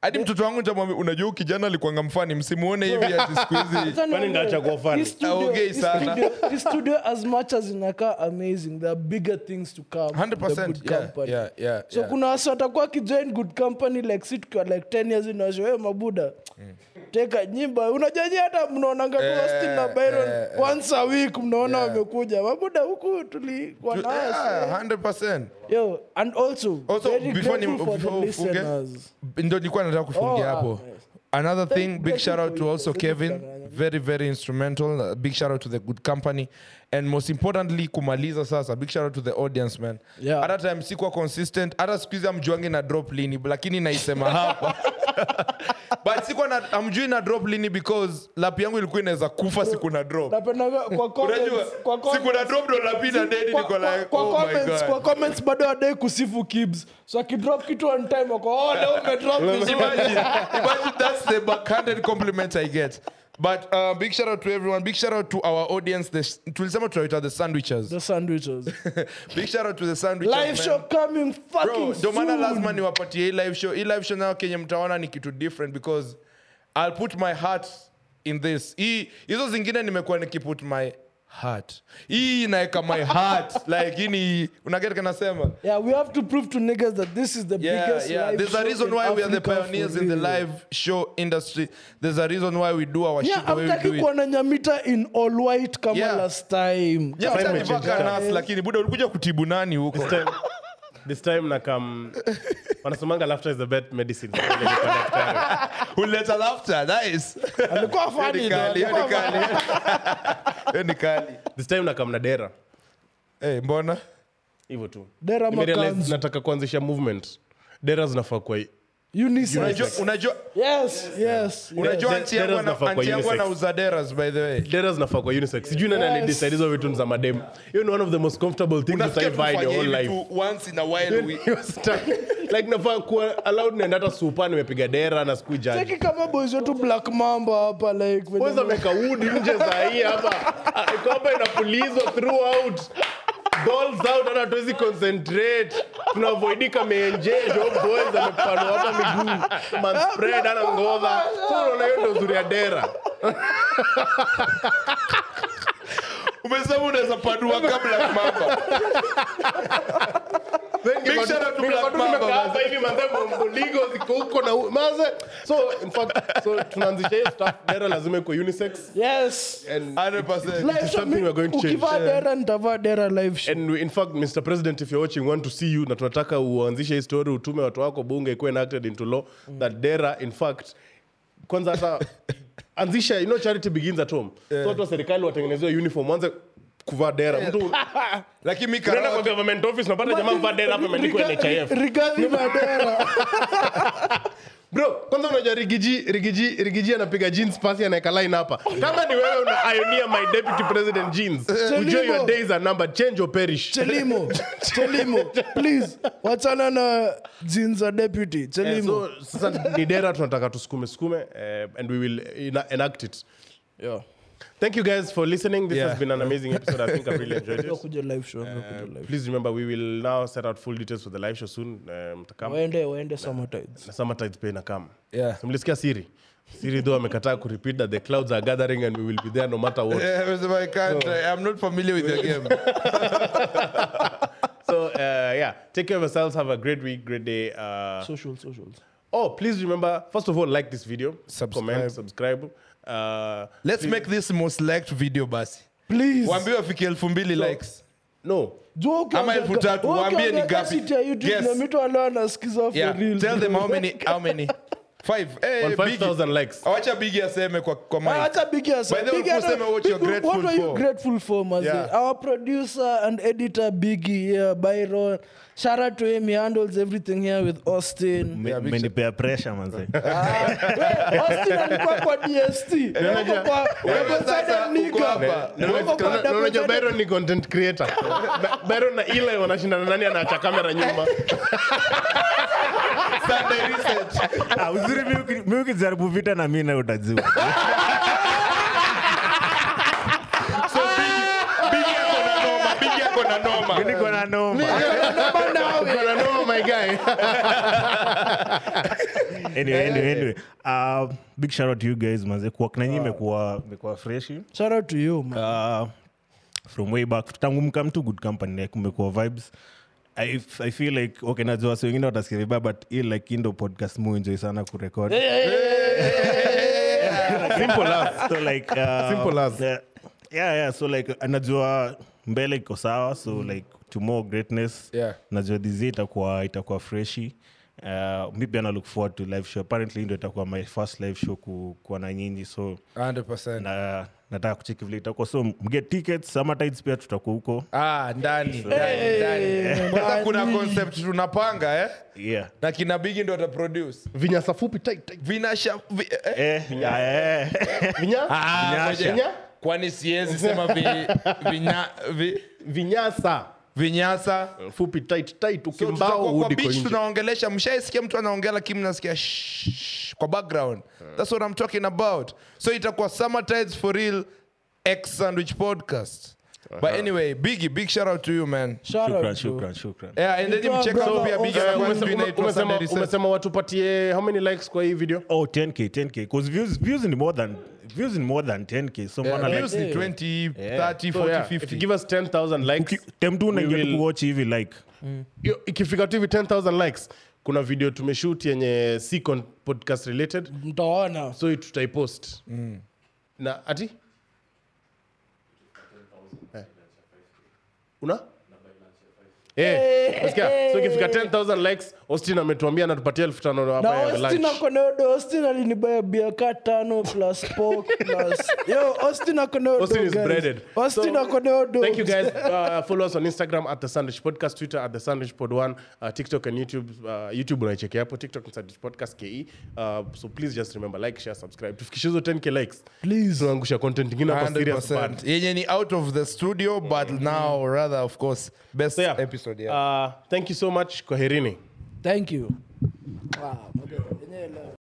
hadi mtoto wangu nitamwambia unajua huyu kijana alikuwanga mfani msimuone hivi ati siku <laughs> hizi Sasa Kwani niambie, ndio achagua fun? hii studio- Haongei hii sana. studio- hii studio as much as inakaa amazing there are bigger things to come with the 100%, good yeah, company. yeah, yeah, so yeah. kuna wasi watakuwa kijoin good company like si tukiwa like 10 years inawashoe mabuda Hmm. teka nyimba unajanyi hata mnaonanga tu Eh, Austin na Byron eh, eh. once a week mnaona Yeah. wamekuja mabuda huku tulikuwa Tu- nao, ah, so- 100%. Yo, and also, Also, very before ni- grateful for the before ufunge, listeners. ndio nilikuwa nataka kufungia Oh, ah, hapo yes. another thing Thank- big thank shout you out for to your also service, kevin Danganya. very very instrumental uh, big shout out to the good company and most importantly kumaliza sasa big shout out to the audience man Yeah. hata time sikuwa consistent hata sikuhizi amjuangi na drop lini lakini naisema hapa <laughs> but sikuwa na, amjui na drop lini because lap yangu ilikuwa inaweza kufa siku na drop Napendaga kwa comments- unajua kwa siku comments- na drop ndo lapita dedi kwa- niko kwa- like kwa oh my comments- god <laughs> kwa comments bado adai kusifu kibs so akidrop kitu on time ako oh, leo umedrop vizuri." imagine, imagine that's the backhanded compliment I get. But uh, big shout out to everyone. Big shout out to our audience. The tulisema tunaita the sandwiches. <laughs> <laughs> the sandwiches big shout out to the sandwiches. man. live show coming fucking Bro, ndio maana soon. lazima niwapatie hii live show. Hii live show nayo kenye mtaona ni kitu different because I'll put my heart in this. Hii hizo zingine nimekuwa nikiput my heart. Hii inaeka my <laughs> heart like hii ni unaget kanasema. yeah we have to prove to niggas that this is the Yeah, biggest yeah. live There's a show reason in why we are the Africa for pioneers in the real. live show industry. There's a reason why we do our shit yeah the way we amtaki do it. kuona nyamita in all white kama Yeah. last time Yeah, Time utanivaa imechange. kaa nasi, lakini buda ulikuja kutibu nani huko? This time- this time nakam wanasemanga laughter is the best medicine Vile niko daktari. Huleta laughter, nice. <laughs> alikuwa funny Hiyo ni though, kali, hiyo ni alikuwa funny. kali. <laughs> Hiyo ni kali. this time nakam na dera Eh, mbona? hivyo tu Dera ama Nimerealize kanzu? nataka kuanzisha movement dera zinafaa kuwa hi- Unisex. Unajua unajua Yes, yes, yes. unajua Yeah, anti yangu deras ana nafaa kwa anti yangu unisex. anauza deras by the <laughs> way. dera zinafaa kwa unisex sijui nani Yes. alidecide hizo vitu za madem hiyo ni one of the most comfortable things that Unasikia I've had in tufanye your whole hivi life tu Yaani once in a while <laughs> we He was stuck. like nafaa kuwa allowed nienda hata supa nimepiga dera na siku Cheki kama boys wetu black mamba hapa like wenye- kwanza ameka wood nje saa hii hapa Ah, iko hapa inapulizwa throughout balls out hata hatuwezi concentrate tunavoidika meenjejo boys amepanua hapa miguu man spread ana ngoza sasa unaona hiyo ndio uzuri ya dera umesema unaweza padua kabla mama. Big shout out to Black Mamba, Hapa hivi manze mbuligo ziko huko na hu- manze so in fact so tunaanzisha hiyo stuff dera lazima iko unisex Yes. and 100%. Live show, something mi- we're going to change. ukivaa dera nitavaa dera live show. and we, in fact mr president if you're watching want to see you na tunataka uanzishe hii story utume watu wako bunge ikuwe enacted into law that dera in fact kwanza <laughs> hata anzisha you know charity begins at home so watu wa serikali watengenezewe uniform wanze kuvaa dera <laughs> mtu Lakini mimi unaenda kwa karaoke- government office unapata Eh, jamaa mvaa dera hapa imeandikwa Riga- NHIF rigadhi na dera. <laughs> bro kwanza unajua rigiji rigiji rigiji anapiga jeans pasi anaweka line hapa kama ni wewe una ionia my deputy president jeans ujue your days are numbered change or perish Chelimo, Chelimo, please wachana na jeans za deputy. Eh, Chelimo. so sasa ni dera tunataka tusukume sukume eh, and we will ina- enact it Yeah. Thank you guys for listening. This Yeah. has been <laughs> an amazing episode. I think I really enjoyed it. kuja live show Uh, kuja live show. please remember, we will now set out full details for the live show soon um, to come. waende waende summertides Na summertide pia inakam Yeah. simlisikia siri siri though amekataa kurepeat that the clouds are gathering and we will be there no matter what Yeah, Mr. Mike, I can't, I'm not familiar with your game. so uh, yeah take care of yourselves have a great week great day uh, social socials oh please remember first of all like this video Subscribe. comment subscribe uh, Let's please- make this most liked video basi. please Waambie wafike elfu mbili likes. no Jua ukiongea- Ama elfu tatu, ukiongea waambie ni ngapi. message ya YouTube Guess. na mtu alio anasikiza for Yeah. real. Tell them how <laughs> many how many. Five. Hey, on Biggie. 5000 likes Awacha Biggie aseme kwa kwa Ah, mic. acha Biggie aseme. By the way, Biggie ulikuwa ana- useme what you're Biggie, grateful what are you for. grateful for, manze? Yeah. Our producer and editor Biggie here, Byron. Shout out to him. He handles everything here with <laughs> Austin. Yeah, big shot. menipea pressure <laughs> manze Hey, Austin alikuwa kwa DST. Wewe uko kwa- wewe uko Sasa side uko nigga. hapa. Wewe uko kwa double unajua sided- byron ni content creator Na- byron na ile wanashindana nani anaacha kamera <laughs> nyuma Sunday research. Ah, uzuri mi uki- mi ukijaribu vita na mi na utajiwa Biggie ako na noma. Biggie ako na noma. niko na noma Kuna noma, eh. my guy <laughs> anyway, Eh, anyway, anyway. Uh, big shout out to you guys manze kuwak nanyi imekuwa imekuwa freshi Shout out to you, man. uh, from way back tangu mkamtu good company like umekuwa vibes I, I feel like okay najua wasi wengine watasikia vibaya but hii like indo podcast muenjoy sana kurekod simple as so like uh, Simple as. yeah, yeah, yeah so like najua mbele iko sawa so like to more greatness Yeah. najua dhizi itakuwa itakuwa freshi uh, mi pia na look forward to live show apparently ndo itakuwa my first live show ku, kuwa na nyinyi so 100%. na nataka kucheki vile itakuwa so mget tickets samatides pia tutakuwa huko Ah, ndani. ndani, ndani. Kwanza <laughs> kuna concept tunapanga eh? yeah Na kina Biggie ndo ataproduce. vinyasa fupi tight, tight. Vinasha vi, eh? Eh, yeah, eh. Vinya- Ah, Vinyasha. ngoja. Kwani siwezi sema vi, vinya, vi, vinyasa vinyasa fupi tight tight So ukimbao tutakuwa kwa hudi beach kwa tunaongelesha mshaisikia mtu anaongela kim nasikia "Shh," kwa background thats what i'm talking about so itakuwa summertides for real x sandwich podcast but anyway biggie big shout out to you man Shout out Shukran, to- shukran, shukran. yeah and then Mtoa mcheck out brother pia biggie Oscar. na kwanza inje inaitwa Sunday Reset. uh, umesema watupatie how many likes kwa hii video Oh, 10k, 10k. 'Cause views, views in more than views in more than 10k. So Yeah, mbona like, views ni 20 30 So, yeah, 40 if you 50 give us 10000 likes uki- time tu unaingia will- tu kuwatch hivi like yo- ikifika tu hivi 10000 likes kuna video tumeshoot yenye si con- podcast related Mtaona. so hii tutaipost Mm. na ati Eh. una Eh, unasikia? so ikifika 10000 likes austin ametuambia anatupatia elfu tano Na hapa ya Austin lunch. ako na hiyo do- Austin alinibaya bia ka tano plus Coke plus <laughs> Yo, Austin ako na hiyo Austin do, is guys. breaded. Austin So, ako na hiyo do. Thank you guys. Uh, follow us on Instagram at the Sandwich Podcast, Twitter at the Sandwich Pod One, uh, TikTok and YouTube. Uh, YouTube unaicheki hapo, TikTok ni Sandwich Podcast KE. Uh, so please just remember like, share, subscribe. Tufikishe hizo 10k likes. Please. Tunaangusha content ingine hapa serious bad. 100%. yenye ni out of the studio but now rather of course best So yeah. episode yeah. Uh, thank you so much. Kwaherini. Thank you. Wow. okay. Yenyewe leo.